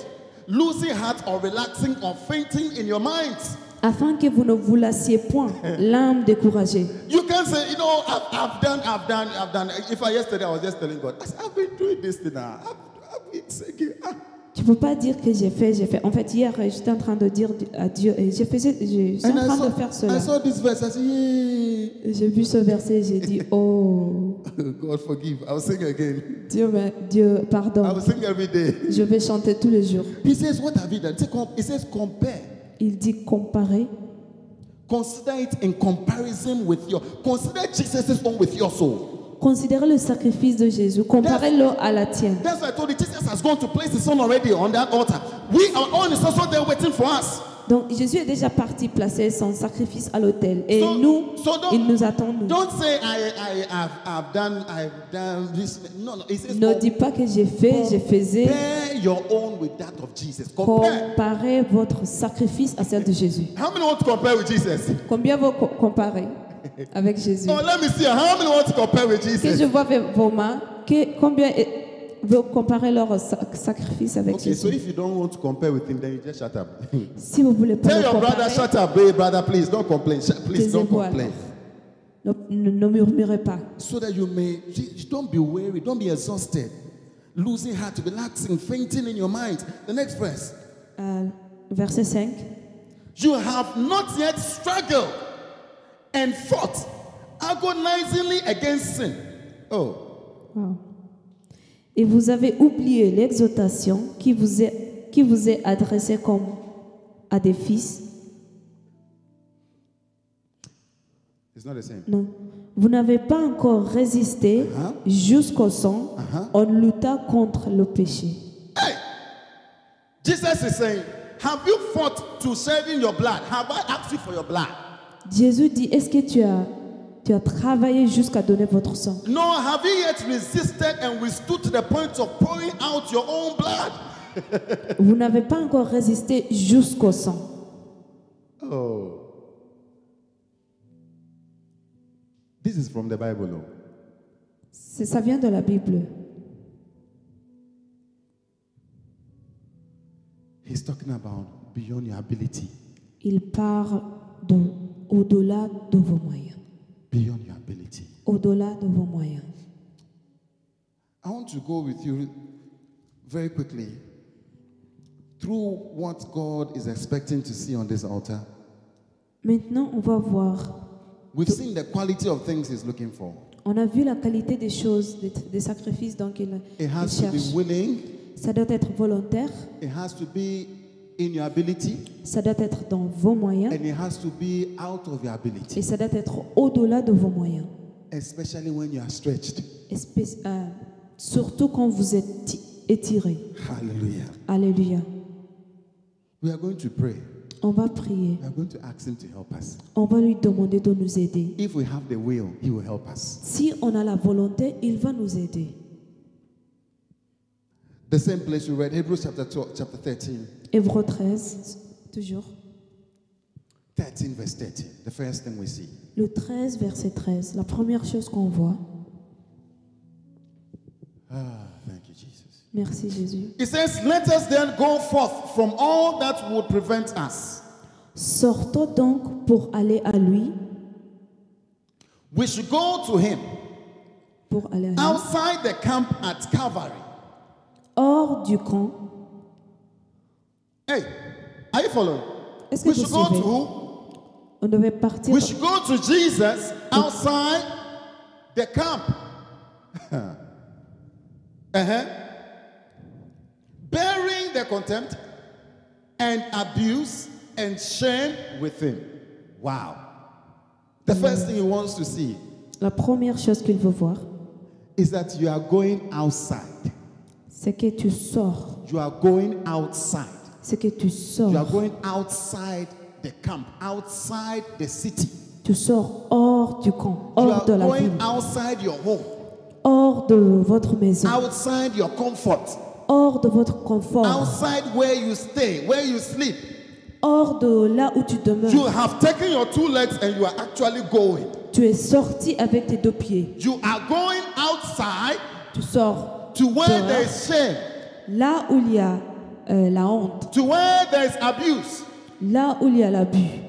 Speaker 1: losing heart or relaxing or fainting in your mind.
Speaker 2: Afin que vous ne vous lassiez
Speaker 1: *laughs*
Speaker 2: point l'âme découragée.
Speaker 1: You can say, you know, I've, I've done, I've done, I've done. If I yesterday I was just telling God, I said, I've been doing this thing now. I've, I've been singing. Ah.
Speaker 2: Tu ne peux pas dire que j'ai fait, j'ai fait. En fait, hier, j'étais en train de dire à Dieu, et j'ai fait, je suis en
Speaker 1: And I
Speaker 2: train
Speaker 1: saw,
Speaker 2: de faire
Speaker 1: I
Speaker 2: cela.
Speaker 1: saw this verse. I said, "Yay,
Speaker 2: Et J'ai vu ce verset, j'ai dit, oh,
Speaker 1: *laughs* God forgive." I will sing again.
Speaker 2: Dieu, me- Dieu,
Speaker 1: I
Speaker 2: pardon,
Speaker 1: will sing every day.
Speaker 2: je vais chanter tous les jours.
Speaker 1: He says, "What have you done?" He said, com- He says, "Compare."
Speaker 2: Il dit, comparer,
Speaker 1: Consider it in comparison with your. Consider Jesus' own with your soul.
Speaker 2: considérez le sacrifice de Jésus, comparez-le à la tienne.
Speaker 1: That's why I told you, Jesus has gone to place his son already on that altar. We are on is also there waiting for us.
Speaker 2: Donc Jésus est déjà parti placer son sacrifice à l'autel. Et
Speaker 1: So-
Speaker 2: nous,
Speaker 1: so don't-
Speaker 2: il nous attend, nous.
Speaker 1: Don't say I I have I've done I've done this. No, no, it says
Speaker 2: Ne dis pas que j'ai fait, je faisais.
Speaker 1: compare your own with that of Jesus. Compare.
Speaker 2: Comparez votre sacrifice à celle de Jésus.
Speaker 1: How many want to compare with Jesus?
Speaker 2: Combien vous co- comparez avec Jésus
Speaker 1: Oh, let me see. How many want to compare with
Speaker 2: Que
Speaker 1: Jesus?
Speaker 2: je vois avec vos mains, que, combien est- vous comparez leur sac- sacrifice avec
Speaker 1: Okay, so
Speaker 2: Jésus
Speaker 1: if you don't want to compare with him, then *laughs* you just shut up.
Speaker 2: Si vous voulez pas
Speaker 1: Tell
Speaker 2: le
Speaker 1: your
Speaker 2: comparer,
Speaker 1: brother, shut up, hey brother, please don't complain. Sh- Please don't
Speaker 2: taisez-vous
Speaker 1: complain.
Speaker 2: alors. Ne, ne- ne murmurez pas.
Speaker 1: So that you may don't be weary, don't be exhausted. losing heart, to be lapsing, fainting in your mind. The next verse.
Speaker 2: Euh, verset 5.
Speaker 1: You have not yet struggled and fought agonizingly against sin. Oh,
Speaker 2: Wow. Mmh. Et vous avez oublié l'exhortation qui vous est, qui vous est adressée comme à des fils.
Speaker 1: it's not the same.
Speaker 2: Non. Vous n'avez pas encore résisté
Speaker 1: Uh-huh.
Speaker 2: jusqu'au sang
Speaker 1: Uh-huh.
Speaker 2: en luttant contre le péché.
Speaker 1: Jesus is saying, Have you fought to saving your blood? Have I asked you for your blood?
Speaker 2: Jésus dit, est-ce que tu as, tu as travaillé jusqu'à donner votre sang
Speaker 1: No, have you yet resisted and withstood to the point of pouring out your own blood?
Speaker 2: Vous n'avez pas encore résisté jusqu'au sang.
Speaker 1: Oh. This is from the Bible, though.
Speaker 2: C'est- Ça vient de la Bible.
Speaker 1: He's talking about beyond your ability.
Speaker 2: Il part de- au-delà de vos moyens.
Speaker 1: Beyond your ability.
Speaker 2: Au-delà de vos moyens.
Speaker 1: I want to go with you very quickly through what God is expecting to see on this altar.
Speaker 2: Maintenant, on va voir.
Speaker 1: We've seen the quality of things He's looking for.
Speaker 2: On a vu la qualité des choses, des, des sacrifices dont il,
Speaker 1: It
Speaker 2: il
Speaker 1: has to be
Speaker 2: cherche.
Speaker 1: willing,
Speaker 2: Ça doit être volontaire,
Speaker 1: it has to be in your ability,
Speaker 2: ça doit être dans vos moyens
Speaker 1: and it has to be out of your
Speaker 2: et
Speaker 1: ability,
Speaker 2: ça doit être au-delà de vos moyens.
Speaker 1: especially when you are stretched.
Speaker 2: Espèce- euh, surtout quand vous êtes ti- étiré.
Speaker 1: Hallelujah.
Speaker 2: Alléluia.
Speaker 1: We are going to pray.
Speaker 2: On va prier.
Speaker 1: We are going to ask Him to help us.
Speaker 2: On va lui demander de nous aider.
Speaker 1: If we have the will, He will help us.
Speaker 2: Si on a la volonté, il va nous aider.
Speaker 1: The same place we read, Hebrews chapter 12, chapter 13,
Speaker 2: Hébreux 13, toujours.
Speaker 1: 13 verse 13, the first thing we see.
Speaker 2: Le 13, verset 13. La première chose qu'on voit.
Speaker 1: Ah, thank you, Jesus.
Speaker 2: Merci Jésus.
Speaker 1: It says, Let us then go forth from all that would prevent us.
Speaker 2: Sortons donc pour aller à lui,
Speaker 1: We should go to Him
Speaker 2: pour aller à lui,
Speaker 1: outside the camp at Calvary.
Speaker 2: hors du camp.
Speaker 1: Hey, are you following?
Speaker 2: Est-ce que
Speaker 1: We
Speaker 2: vous
Speaker 1: should go to
Speaker 2: suivez
Speaker 1: who?
Speaker 2: On devait partir.
Speaker 1: We should go to Jesus outside the camp. *laughs* uh-huh. Bearing the contempt and abuse and shame with him. Wow. The first thing he wants to see
Speaker 2: La première chose qu'il veut voir,
Speaker 1: is that you are going outside.
Speaker 2: c'est que tu sors.
Speaker 1: You are going outside.
Speaker 2: C'est que tu
Speaker 1: You are
Speaker 2: sors.
Speaker 1: going outside the camp, outside the city.
Speaker 2: Tu sors hors du camp,
Speaker 1: You
Speaker 2: hors
Speaker 1: are
Speaker 2: de la
Speaker 1: going
Speaker 2: ville,
Speaker 1: outside your home,
Speaker 2: hors de votre maison,
Speaker 1: outside your comfort,
Speaker 2: hors de votre confort,
Speaker 1: outside where you stay, where you sleep.
Speaker 2: hors de là où tu
Speaker 1: You
Speaker 2: demeures.
Speaker 1: have taken your two legs and you are actually going.
Speaker 2: Tu es sorti avec tes deux pieds.
Speaker 1: You are going outside
Speaker 2: Tu sors
Speaker 1: to where
Speaker 2: Dehors.
Speaker 1: there is shame,
Speaker 2: là où il y a euh, la honte,
Speaker 1: to where there is abuse.
Speaker 2: là où il y a l'abus.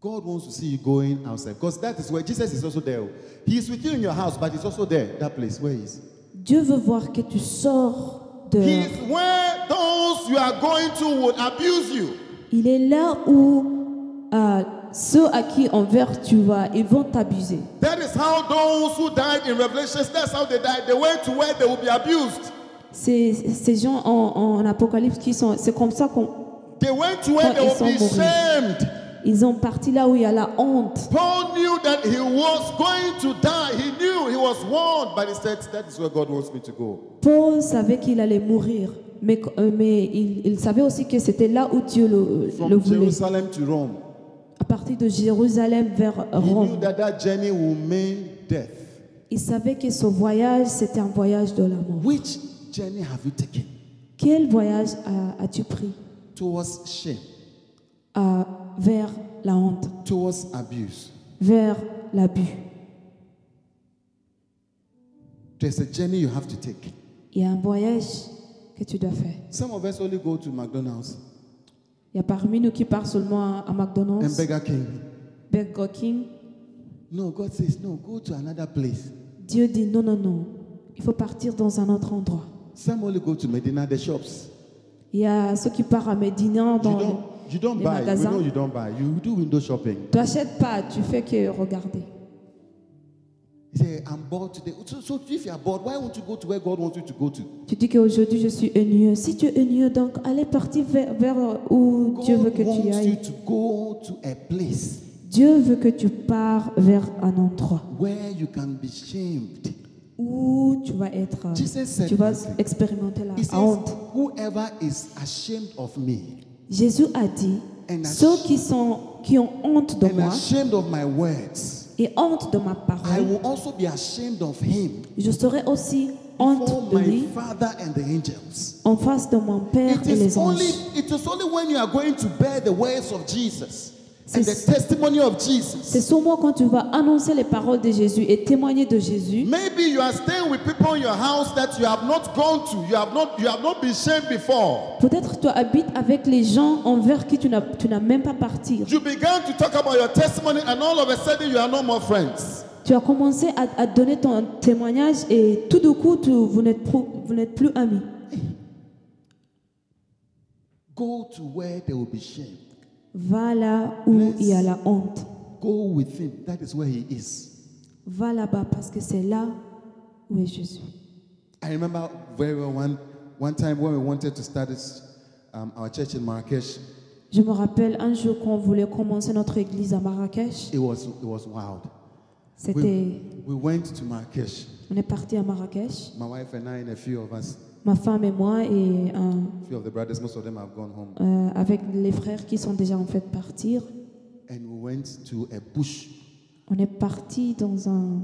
Speaker 1: God wants to see you going outside because that is where Jesus is also there. oh. He is with you in your house, but he's also there, that place where he is.
Speaker 2: Dieu veut voir que tu sors de.
Speaker 1: He is where those you are going to would abuse you.
Speaker 2: Il est là où euh, ceux à qui envers tu vas, ils vont t'abuser.
Speaker 1: That is how those who died in Revelations, that's how they died. They went to where they will be abused.
Speaker 2: Ces, ces gens en, en Apocalypse qui sont, c'est comme ça qu'on,
Speaker 1: They went to where
Speaker 2: Quand
Speaker 1: they
Speaker 2: ils
Speaker 1: will
Speaker 2: sont
Speaker 1: be
Speaker 2: bourrés.
Speaker 1: shamed.
Speaker 2: ils ont parti là où il y a la honte.
Speaker 1: Paul knew that he was going to die. He knew he was warned, but he said, That is where God wants me to go.
Speaker 2: Paul savait qu'il allait mourir, mais, euh, mais il, il savait aussi que c'était là où Dieu le,
Speaker 1: From
Speaker 2: le voulait.
Speaker 1: Jerusalem to Rome.
Speaker 2: À partir de Jérusalem vers
Speaker 1: He knew
Speaker 2: Rome,
Speaker 1: that that journey will mean death.
Speaker 2: il savait que ce voyage, c'était un voyage de la mort.
Speaker 1: Which journey have you taken?
Speaker 2: Quel voyage a- as-tu pris
Speaker 1: Towards shame,
Speaker 2: à- vers la honte,
Speaker 1: towards abuse.
Speaker 2: vers l'abus
Speaker 1: There's a journey you have to take.
Speaker 2: Il y a un voyage que tu dois faire.
Speaker 1: Some of us only go to McDonald's
Speaker 2: Il y a parmi nous qui part seulement à- à
Speaker 1: and
Speaker 2: McDonald's,
Speaker 1: Burger King.
Speaker 2: Burger King,
Speaker 1: No, God says, no, go to another place.
Speaker 2: Dieu dit non, non, non, il faut partir dans un autre endroit.
Speaker 1: Some only go to Medina, the shops.
Speaker 2: Il y a ceux qui partent à Médina
Speaker 1: You
Speaker 2: dans les-
Speaker 1: don't, you don't
Speaker 2: les
Speaker 1: buy. We
Speaker 2: magasins.
Speaker 1: know you don't buy. You do window shopping.
Speaker 2: Tu n'achètes pas, tu fais que regarder.
Speaker 1: He said, I'm bored today. So, so if you are bored, why won't you go to where God wants you to go to?
Speaker 2: Tu dis qu'aujourd'hui je suis ennuyeux. Si tu es ennuyeux, donc allez partir vers, vers où Dieu veut
Speaker 1: God
Speaker 2: que tu
Speaker 1: wants you
Speaker 2: ailles.
Speaker 1: to go to a place
Speaker 2: Dieu veut que tu pars vers un endroit
Speaker 1: where you can be shamed.
Speaker 2: où tu vas être,
Speaker 1: Jesus said
Speaker 2: tu vas
Speaker 1: nothing.
Speaker 2: expérimenter la
Speaker 1: He says,
Speaker 2: honte.
Speaker 1: Whoever is ashamed of me
Speaker 2: Jésus a dit,
Speaker 1: And I-
Speaker 2: ceux qui, sont, qui ont honte de
Speaker 1: and
Speaker 2: moi
Speaker 1: ashamed of my words,
Speaker 2: et honte de ma
Speaker 1: I
Speaker 2: parole,
Speaker 1: will also be ashamed of him
Speaker 2: je serai aussi
Speaker 1: before
Speaker 2: honte de
Speaker 1: my
Speaker 2: lui
Speaker 1: Father and the angels.
Speaker 2: en face de mon Père
Speaker 1: It
Speaker 2: et
Speaker 1: is
Speaker 2: les
Speaker 1: only
Speaker 2: anges.
Speaker 1: it is only when you are going to bear the words of Jesus and the
Speaker 2: C'est-
Speaker 1: testimony of
Speaker 2: C'est
Speaker 1: Jesus.
Speaker 2: sûrement quand tu vas annoncer les paroles de Jésus et témoigner de Jésus.
Speaker 1: Maybe you are staying with people in your house that you have not gone to, you have not you have not been shamed before.
Speaker 2: Peut-être tu habites avec les gens envers qui tu n'as tu n'as même pas parti.
Speaker 1: You began to talk about your testimony and all of a sudden you are no more friends.
Speaker 2: Tu as commencé à, à donner ton témoignage et tout de coup, tu- vous n'êtes pro- vous n'êtes plus amis.
Speaker 1: Go to where they will be shamed.
Speaker 2: Va là où il y a la honte.
Speaker 1: Go with him. That is where he is.
Speaker 2: Va là-bas parce que c'est là où est Jésus.
Speaker 1: I remember very well one, one time when we wanted to start this, um, our church in Marrakesh,
Speaker 2: Je me rappelle un jour quand on voulait commencer notre église à Marrakech.
Speaker 1: it was, it was wild.
Speaker 2: C'était,
Speaker 1: We, we went to Marrakesh,
Speaker 2: on est parti à Marrakech,
Speaker 1: my wife and I and a few of us,
Speaker 2: ma femme et moi et un-
Speaker 1: a few of the brothers, most of them have gone home.
Speaker 2: euh, avec les frères qui sont déjà en fait partir.
Speaker 1: And we went to a bush.
Speaker 2: On est parti dans un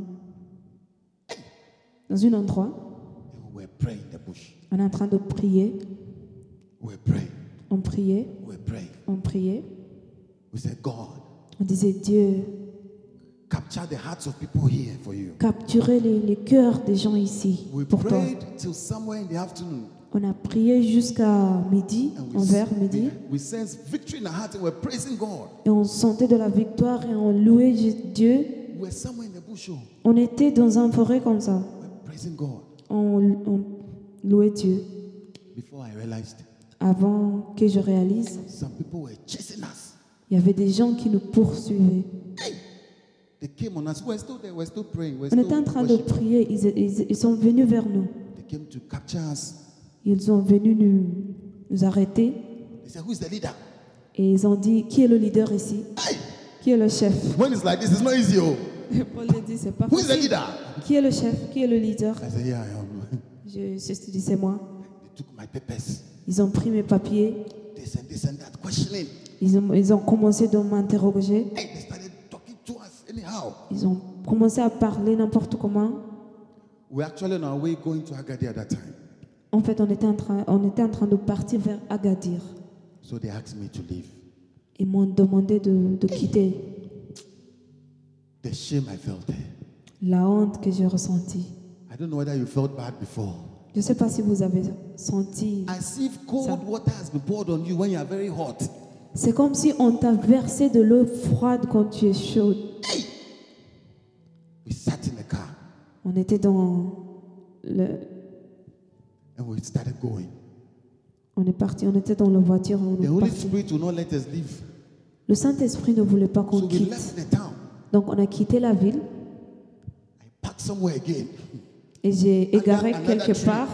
Speaker 2: dans un endroit.
Speaker 1: And we were praying in the bush.
Speaker 2: On est en train de prier.
Speaker 1: We were praying.
Speaker 2: On priait,
Speaker 1: We were praying.
Speaker 2: on priait.
Speaker 1: We said, God,
Speaker 2: On disait Dieu,
Speaker 1: capture the hearts of people here for you.
Speaker 2: capturez les, les cœurs des gens ici
Speaker 1: We
Speaker 2: pour toi.
Speaker 1: prayed till somewhere in the afternoon.
Speaker 2: On a prié jusqu'à midi,
Speaker 1: And we,
Speaker 2: envers midi,
Speaker 1: we, we sensed victory in our heart and we're praising God.
Speaker 2: et on sentait de la victoire et on louait J- Dieu.
Speaker 1: We We're somewhere in the bush. oh.
Speaker 2: On était dans un forêt comme ça.
Speaker 1: We're praising God.
Speaker 2: On, on louait Dieu
Speaker 1: Before I realized,
Speaker 2: avant que je réalise.
Speaker 1: some people were chasing us.
Speaker 2: Il y avait des gens qui nous poursuivaient.
Speaker 1: They came on us. We're still there. We're still praying. We're
Speaker 2: On
Speaker 1: still
Speaker 2: était en train de
Speaker 1: worshiping.
Speaker 2: prier. Ils, ils- ils sont venus vers nous.
Speaker 1: They came to capture us.
Speaker 2: Ils sont venus nous, nous arrêter.
Speaker 1: They said, "Who's the leader?"
Speaker 2: Et ils ont dit, qui est le leader ici
Speaker 1: Hey!
Speaker 2: Qui est le chef *laughs*
Speaker 1: When it's like this, it's not easy. Oh,
Speaker 2: Et Paul a dit, c'est pas
Speaker 1: who's the
Speaker 2: facile.
Speaker 1: leader?
Speaker 2: Qui est le chef Qui est le leader
Speaker 1: I said, "Yeah, I am." *laughs*
Speaker 2: Je, je te dis, c'est moi.
Speaker 1: They took my papers.
Speaker 2: Ils ont pris mes papiers.
Speaker 1: This and this and that. Questioning.
Speaker 2: Ils ont, ils ont commencé de m'interroger.
Speaker 1: Hey, they started talking to us anyhow.
Speaker 2: Ils ont commencé à parler n'importe comment.
Speaker 1: We're actually on our way going to Agadir at that time.
Speaker 2: En fait, on était en train, on était en train de partir vers Agadir.
Speaker 1: So they asked me to leave.
Speaker 2: Ils m'ont demandé de, de quitter
Speaker 1: The shame I felt.
Speaker 2: la honte que j'ai ressentie.
Speaker 1: I don't know whether you felt bad before.
Speaker 2: Je ne sais pas si vous avez senti.
Speaker 1: As if cold water has been poured on you when you are very hot.
Speaker 2: C'est comme si on t'a versé de l'eau froide quand tu es chaude.
Speaker 1: We sat in the car
Speaker 2: On était dans le,
Speaker 1: and we started going.
Speaker 2: on est parti, on était dans la voiture. On
Speaker 1: The
Speaker 2: est
Speaker 1: Holy
Speaker 2: parti.
Speaker 1: Spirit will not let us leave.
Speaker 2: Le Saint-Esprit ne voulait pas
Speaker 1: So
Speaker 2: qu'on
Speaker 1: we
Speaker 2: quitte.
Speaker 1: left the town.
Speaker 2: Donc on a quitté la ville
Speaker 1: I parked somewhere again.
Speaker 2: et j'ai égaré
Speaker 1: Another- another
Speaker 2: quelque
Speaker 1: tree.
Speaker 2: part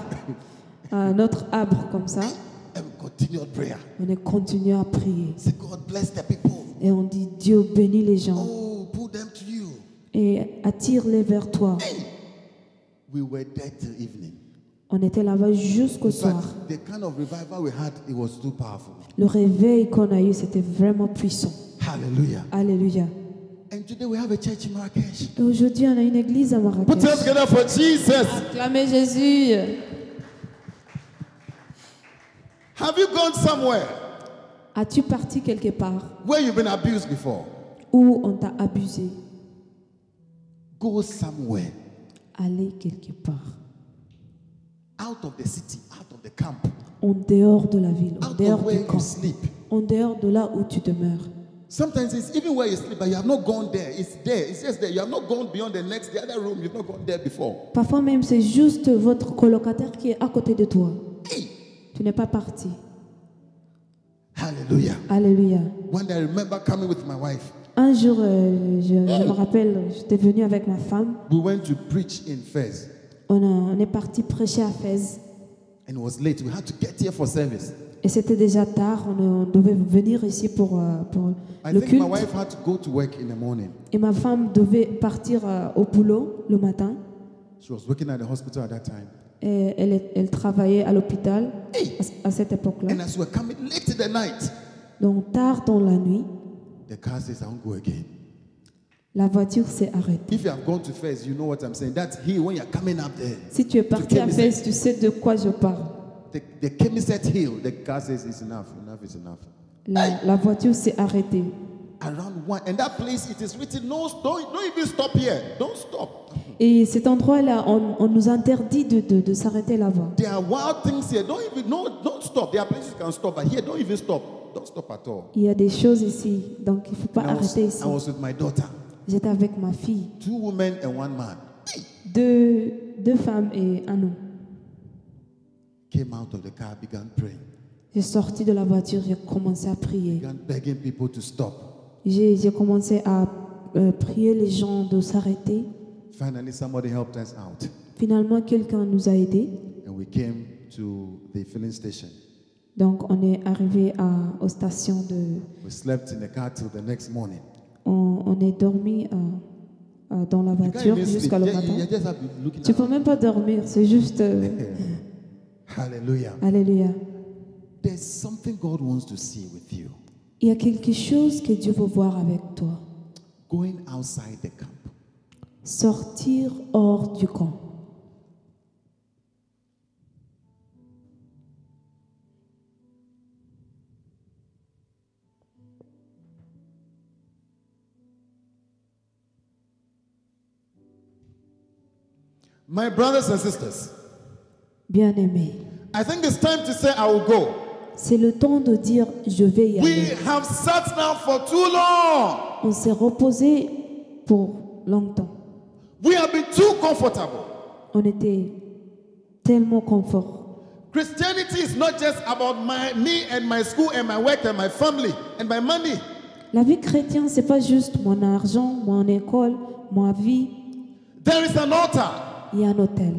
Speaker 2: un autre arbre comme ça.
Speaker 1: And we continued prayer.
Speaker 2: On a continué à prier.
Speaker 1: Say, God bless the people.
Speaker 2: Et on dit Dieu bénit les gens
Speaker 1: Oh, pull them to you.
Speaker 2: et attire-les vers toi.
Speaker 1: We were there till evening.
Speaker 2: On était là-bas jusqu'au soir.
Speaker 1: But the kind of revival we had, it was too powerful.
Speaker 2: Le réveil qu'on a eu, c'était vraiment puissant.
Speaker 1: Hallelujah.
Speaker 2: Alléluia.
Speaker 1: And today we have a church in Marrakesh.
Speaker 2: Et aujourd'hui, on a une église à Marrakech.
Speaker 1: together for Jesus.
Speaker 2: Acclamez Jésus.
Speaker 1: Have you gone somewhere
Speaker 2: As-tu parti quelque part
Speaker 1: where you've been abused before?
Speaker 2: où on t'a abusé
Speaker 1: Go somewhere
Speaker 2: Aller quelque part.
Speaker 1: out of the city, out of the camp,
Speaker 2: En dehors de la ville, en
Speaker 1: out
Speaker 2: dehors
Speaker 1: of where
Speaker 2: du
Speaker 1: you
Speaker 2: camp,
Speaker 1: sleep.
Speaker 2: en dehors de là où tu demeures.
Speaker 1: Sometimes it's even where you sleep, but you have not gone there. It's there. It's just there. You have not gone beyond the next, the other room. You've not gone there before.
Speaker 2: Parfois même, c'est juste votre colocataire qui est à côté de toi.
Speaker 1: Hey!
Speaker 2: Tu n'es pas parti.
Speaker 1: Hallelujah.
Speaker 2: Alléluia.
Speaker 1: One day I remember coming with my wife.
Speaker 2: Un jour, euh, je, je me rappelle, j'étais venue avec ma femme.
Speaker 1: We went to preach in Fez,
Speaker 2: On, a- on est parti prêcher à Fès.
Speaker 1: and it was late. We had to get here for service.
Speaker 2: Et c'était déjà tard. On, euh, on devait venir ici pour, euh, pour
Speaker 1: I
Speaker 2: le
Speaker 1: think my
Speaker 2: culte.
Speaker 1: wife had to go to work in the morning.
Speaker 2: Et ma femme devait partir euh, au boulot le matin.
Speaker 1: She was working at the hospital at that time.
Speaker 2: Et elle, est- elle travaillait à l'hôpital
Speaker 1: Hey!
Speaker 2: à, ce- à cette époque-là.
Speaker 1: And uh, as we were coming late in the night,
Speaker 2: Donc tard dans la nuit,
Speaker 1: the car says, I won't go again.
Speaker 2: la voiture s'est arrêtée.
Speaker 1: If you have gone to Fez, you know what I'm saying. That's hill when you're coming up there.
Speaker 2: Si tu es parti
Speaker 1: quel
Speaker 2: à
Speaker 1: message
Speaker 2: Fès, tu sais de quoi je parle.
Speaker 1: The, the Kemiset Hill, the car says, It's enough, enough is enough.
Speaker 2: La, la voiture s'est arrêtée.
Speaker 1: Around one, and that place, it is written, No, don't, don't even stop here. Don't stop.
Speaker 2: Et cet endroit-là, on, on nous interdit de, de- de s'arrêter là-bas.
Speaker 1: There are wild things here. Don't even, no, don't stop. There are places you can stop, but here, don't even stop. Don't stop at all.
Speaker 2: Il y a des choses ici, donc il ne faut pas
Speaker 1: And I, was,
Speaker 2: arrêter ici.
Speaker 1: I was with my daughter,
Speaker 2: J'étais avec ma fille,
Speaker 1: two women and one man
Speaker 2: deux, deux femmes et un homme.
Speaker 1: came out of the car, began praying,
Speaker 2: J'ai sorti de la voiture, j'ai commencé à prier.
Speaker 1: began begging people to stop.
Speaker 2: J'ai j'ai commencé à euh, prier les gens de s'arrêter.
Speaker 1: Finally, somebody helped us out,
Speaker 2: Finalement, quelqu'un nous a aidés.
Speaker 1: and we came to the filling station.
Speaker 2: Donc, on est arrivé à, aux stations de.
Speaker 1: We slept in the car till the next morning.
Speaker 2: On, on est dormi euh, euh, dans la
Speaker 1: You can't
Speaker 2: voiture
Speaker 1: even sleep.
Speaker 2: jusqu'à le
Speaker 1: Yeah, you-
Speaker 2: matin.
Speaker 1: you just have to be looking
Speaker 2: Tu
Speaker 1: at
Speaker 2: peux même pas dormir, c'est juste. euh,
Speaker 1: *laughs* Hallelujah.
Speaker 2: Alléluia.
Speaker 1: There's something God wants to see with you.
Speaker 2: Il y a quelque chose que Dieu veut voir avec toi.
Speaker 1: Going outside the camp.
Speaker 2: Sortir hors du camp.
Speaker 1: My brothers and sisters,
Speaker 2: Bien-aimé,
Speaker 1: I think it's time to say I will go.
Speaker 2: c'est le temps de dire je vais y
Speaker 1: We
Speaker 2: aller.
Speaker 1: have sat now for too long.
Speaker 2: On s'est reposé pour longtemps.
Speaker 1: We have been too comfortable.
Speaker 2: On était tellement confort.
Speaker 1: Christianity is not just about my me and my school and my work and my family and my money.
Speaker 2: La vie chrétienne, c'est pas juste mon argent, mon école, ma vie.
Speaker 1: There is an altar.
Speaker 2: Il y a un hôtel.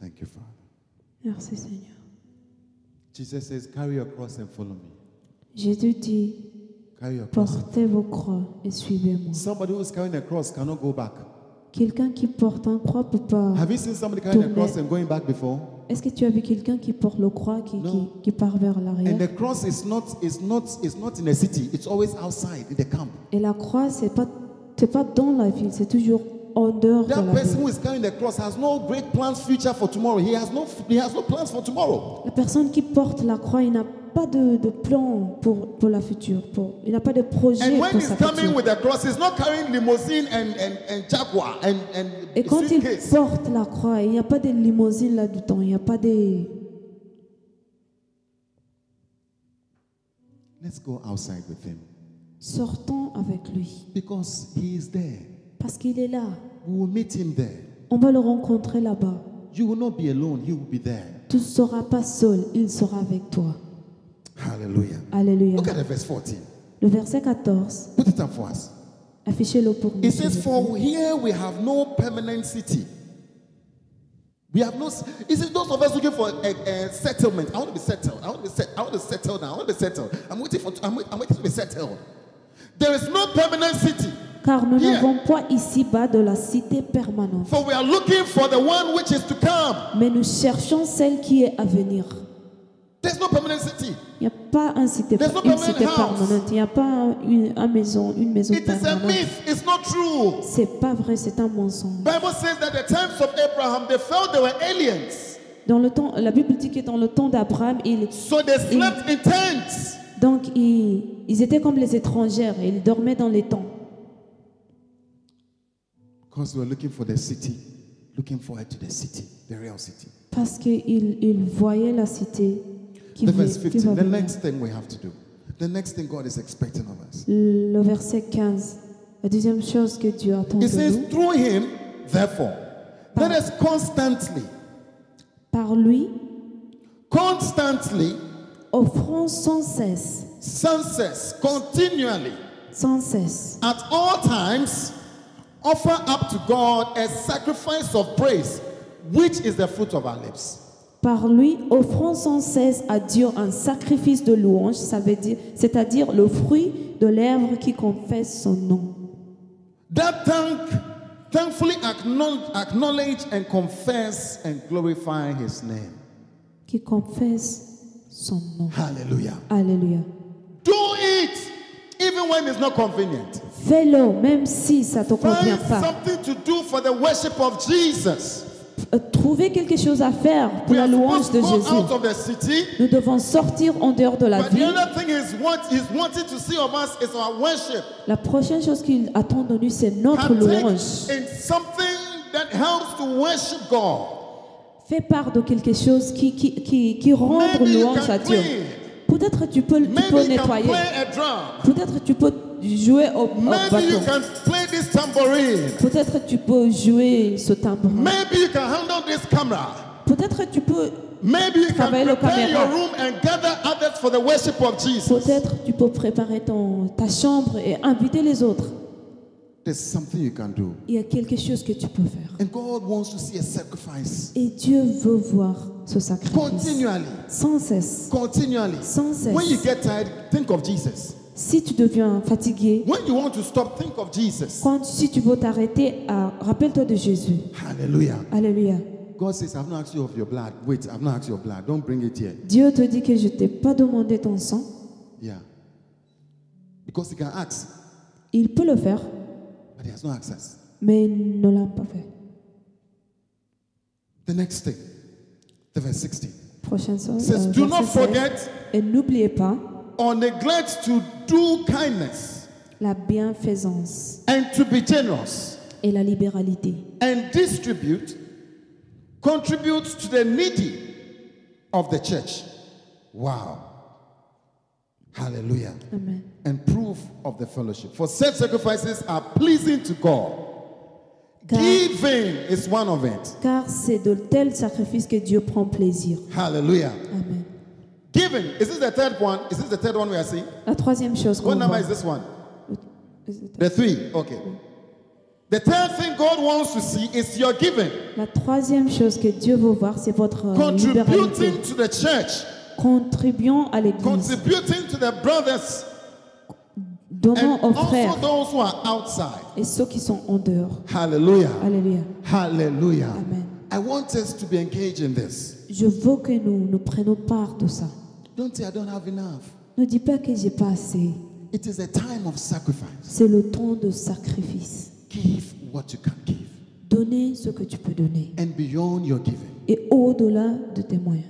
Speaker 1: Thank you, Father.
Speaker 2: Merci Seigneur.
Speaker 1: Jesus says, Carry your cross and follow me.
Speaker 2: Jésus dit,
Speaker 1: Carry your cross.
Speaker 2: portez vos croix et suivez-moi.
Speaker 1: Somebody who's carrying a cross cannot go back.
Speaker 2: Quelqu'un qui porte un croix peut pas.
Speaker 1: Have you seen somebody carrying a
Speaker 2: Tourner.
Speaker 1: cross and going back before?
Speaker 2: Est-ce que tu as vu quelqu'un qui porte le croix, qui,
Speaker 1: Non.
Speaker 2: qui, qui part vers l'arrière
Speaker 1: And the cross is not is not is not in the city. It's always outside in the camp.
Speaker 2: Et la croix, c'est pas, c'est pas dans la ville, c'est toujours en dehors de
Speaker 1: That
Speaker 2: la
Speaker 1: person
Speaker 2: ville.
Speaker 1: who is carrying the cross has no great plans future for tomorrow. He has no he has no plans for tomorrow.
Speaker 2: La personne qui porte la croix, il n'a pas de, de plan pour, pour la future. Pour, il n'a pas de projet
Speaker 1: And when
Speaker 2: pour
Speaker 1: he's
Speaker 2: sa
Speaker 1: coming
Speaker 2: future.
Speaker 1: with the cross, he's not carrying limousine and and, and jaguar and and
Speaker 2: Et quand il
Speaker 1: suitcase.
Speaker 2: porte la croix, il n'y a pas de limousine là dedans il n'y a pas de...
Speaker 1: Let's go outside with him
Speaker 2: Sortons avec lui,
Speaker 1: because he is there.
Speaker 2: parce qu'il est là.
Speaker 1: We will meet him there.
Speaker 2: On va le rencontrer là-bas.
Speaker 1: You will not be alone. He will be there.
Speaker 2: Tu ne seras pas seul, il sera avec toi.
Speaker 1: Hallelujah.
Speaker 2: Alléluia.
Speaker 1: Look at the verse 14.
Speaker 2: Le verset 14,
Speaker 1: Put it up for us.
Speaker 2: affichez-le pour nous.
Speaker 1: It
Speaker 2: s'il vous
Speaker 1: says,
Speaker 2: plaît.
Speaker 1: For here we have no permanent city. We have no. c- It says, Those of us looking for a, a settlement. I want to be settled. I want to be set, I want to settle now. I want to be settled. I'm waiting for. I'm, wait- I'm waiting to be settled. There is no permanent city.
Speaker 2: Car nous
Speaker 1: Here.
Speaker 2: n'avons pas ici-bas de la cité permanente,
Speaker 1: For we are looking for the one which is to come.
Speaker 2: mais nous cherchons celle qui est à venir.
Speaker 1: There's no permanent city.
Speaker 2: Il n'y a pas un cité,
Speaker 1: There's no
Speaker 2: une
Speaker 1: permanent
Speaker 2: cité
Speaker 1: house.
Speaker 2: permanente, il n'y a pas un- une, un maison, une maison
Speaker 1: It is a
Speaker 2: permanente.
Speaker 1: myth. It's not true.
Speaker 2: C'est pas vrai, c'est un mensonge.
Speaker 1: Bible says that the times of Abraham they felt they were aliens.
Speaker 2: Dans le temps, la Bible dit que dans le temps d'Abraham, il,
Speaker 1: So they slept in tents.
Speaker 2: donc ils- ils étaient comme les étrangères, ils dormaient dans les temps.
Speaker 1: Because we were looking for the city, looking forward to the city, the real city.
Speaker 2: Parce qu'ils ils voyaient la cité qui
Speaker 1: The
Speaker 2: va-
Speaker 1: verse
Speaker 2: qui
Speaker 1: 15,
Speaker 2: va
Speaker 1: the
Speaker 2: venir.
Speaker 1: next thing we have to do, the next thing God is expecting of us.
Speaker 2: Le verset 15, la deuxième chose que Dieu attend de
Speaker 1: It says,
Speaker 2: nous,
Speaker 1: through him, therefore, let us constantly,
Speaker 2: par lui,
Speaker 1: constantly,
Speaker 2: offrons sans cesse,
Speaker 1: senses, continually,
Speaker 2: sans cesse,
Speaker 1: at all times, offer up to God a sacrifice of praise, which is the fruit of our lips.
Speaker 2: par lui, offrons sans cesse à Dieu un sacrifice de louange, ça veut dire, c'est-à-dire le fruit de l'herbe qui confesse son nom.
Speaker 1: That thank, thankfully acknowledge, acknowledge and confess and glorify his name.
Speaker 2: qui confesse son nom.
Speaker 1: Hallelujah.
Speaker 2: Alléluia.
Speaker 1: Do it, even when it's not convenient.
Speaker 2: Fais-le même si ça ne te convient
Speaker 1: Find
Speaker 2: pas.
Speaker 1: something to do for the worship of Jesus.
Speaker 2: Euh, Trouvez quelque chose à faire pour la louange
Speaker 1: supposed to
Speaker 2: de
Speaker 1: go
Speaker 2: Jésus.
Speaker 1: out of the city,
Speaker 2: Nous devons sortir en dehors de la
Speaker 1: but the
Speaker 2: ville.
Speaker 1: other thing is what he's wanting to see of us is our worship.
Speaker 2: La prochaine chose qu'il attend de nous, c'est notre
Speaker 1: Partake
Speaker 2: louange.
Speaker 1: in something that helps to worship God.
Speaker 2: Fais part de quelque chose qui, qui, qui, qui rend
Speaker 1: Maybe you
Speaker 2: louange
Speaker 1: can
Speaker 2: à Dieu.
Speaker 1: clean.
Speaker 2: Peut-être tu peux, tu
Speaker 1: Maybe
Speaker 2: peux
Speaker 1: you can
Speaker 2: nettoyer.
Speaker 1: play a drum.
Speaker 2: Peut-être tu peux jouer au, au
Speaker 1: Maybe you
Speaker 2: bâton.
Speaker 1: can play this tambourine.
Speaker 2: Peut-être tu peux jouer ce tambourin.
Speaker 1: Maybe you can handle this camera.
Speaker 2: Peut-être tu peux
Speaker 1: Maybe you can
Speaker 2: Travailler le
Speaker 1: prepare your
Speaker 2: caméra.
Speaker 1: room and gather others for the worship of Jesus.
Speaker 2: Peut-être tu peux préparer ton, ta chambre et inviter les autres.
Speaker 1: There's something you can do.
Speaker 2: Il y a quelque chose que tu peux faire.
Speaker 1: And God wants to see a sacrifice
Speaker 2: Et Dieu veut voir ce sacrifice.
Speaker 1: continually.
Speaker 2: Sans cesse.
Speaker 1: Continually.
Speaker 2: Sans cesse.
Speaker 1: When you get tired, think of Jesus.
Speaker 2: Si tu deviens fatigué,
Speaker 1: When you want to stop, think of Jesus.
Speaker 2: quand, si tu veux t'arrêter, ah, rappelle-toi de Jésus.
Speaker 1: Hallelujah.
Speaker 2: Alléluia.
Speaker 1: God says, I've not asked you of your blood. Wait, I've not asked your blood. Don't bring it here.
Speaker 2: Dieu te dit que je ne t'ai pas demandé ton sang.
Speaker 1: Yeah. Because he can ask,
Speaker 2: Il peut le faire,
Speaker 1: but he has no access.
Speaker 2: mais il ne l'a pas fait.
Speaker 1: The next thing, the verse 16.
Speaker 2: Prochaine chose.
Speaker 1: Says, do not
Speaker 2: verset
Speaker 1: forget-
Speaker 2: 16. Et n'oubliez pas
Speaker 1: Or neglect to do kindness
Speaker 2: la bienfaisance
Speaker 1: and to be generous
Speaker 2: et la libéralité.
Speaker 1: and distribute, contribute to the needy of the church. Wow. Hallelujah.
Speaker 2: Amen.
Speaker 1: And proof of the fellowship. For such sacrifices are pleasing to God.
Speaker 2: Car-
Speaker 1: Giving is one of it.
Speaker 2: Car c'est de tels sacrifices que Dieu prend plaisir.
Speaker 1: Hallelujah.
Speaker 2: Amen.
Speaker 1: Giving. Is this the third one? Is this the third one we are seeing?
Speaker 2: La troisième chose qu'on
Speaker 1: What number
Speaker 2: voit.
Speaker 1: is this one? The three. Okay. The third thing God wants to see is your giving,
Speaker 2: La troisième chose que Dieu veut voir, c'est votre euh, libéralité.
Speaker 1: contributing to Oh, the church,
Speaker 2: Contribuant à l'Église,
Speaker 1: contributing to the brothers, and
Speaker 2: donnant aux
Speaker 1: also
Speaker 2: frères
Speaker 1: those who are outside.
Speaker 2: et ceux qui sont en dehors.
Speaker 1: Hallelujah.
Speaker 2: Alléluia.
Speaker 1: Hallelujah.
Speaker 2: Amen.
Speaker 1: I want us to be engaged in this.
Speaker 2: Je veux que nous nous prenions part de ça.
Speaker 1: Don't say I don't have enough.
Speaker 2: Ne dis pas que j'ai pas assez.
Speaker 1: It is a time of sacrifice.
Speaker 2: C'est le temps de sacrifice.
Speaker 1: Give what you can give
Speaker 2: Donner ce que tu peux donner
Speaker 1: and beyond your giving,
Speaker 2: et au-delà de tes moyens,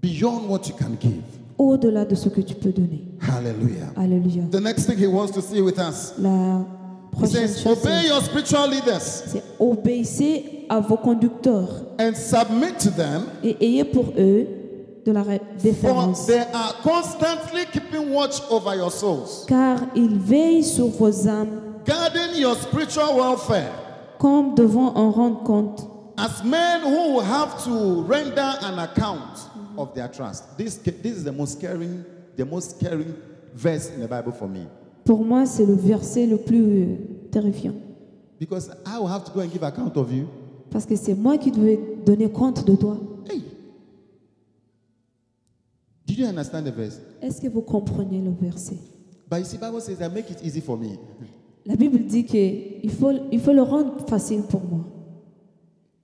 Speaker 1: beyond what you can give.
Speaker 2: au-delà de ce que tu peux donner.
Speaker 1: Hallelujah.
Speaker 2: Alléluia.
Speaker 1: The next thing he wants to see with us
Speaker 2: La
Speaker 1: he
Speaker 2: prochaine
Speaker 1: says,
Speaker 2: chose, c'est-
Speaker 1: Obey your spiritual leaders
Speaker 2: c'est obéissez à vos conducteurs
Speaker 1: and submit to them,
Speaker 2: et ayez pour eux de la ré-
Speaker 1: for
Speaker 2: déférence,
Speaker 1: they are constantly keeping watch over your souls,
Speaker 2: car ils veillent sur vos âmes
Speaker 1: guarding your spiritual welfare
Speaker 2: comme devant en rendre compte,
Speaker 1: as men who will have to render an account of their trust. This, this is the most scaring, the most scaring verse in the Bible for me.
Speaker 2: Pour moi, c'est le verset le plus euh, terrifiant,
Speaker 1: Because I will have to go and give account of you.
Speaker 2: parce que c'est moi qui devais donner compte de toi.
Speaker 1: Hey. Did you understand the verse?
Speaker 2: Est-ce que vous comprenez le verset
Speaker 1: But you see, Bible says that make it easy for me.
Speaker 2: La Bible dit que il faut, il faut le rendre facile pour moi.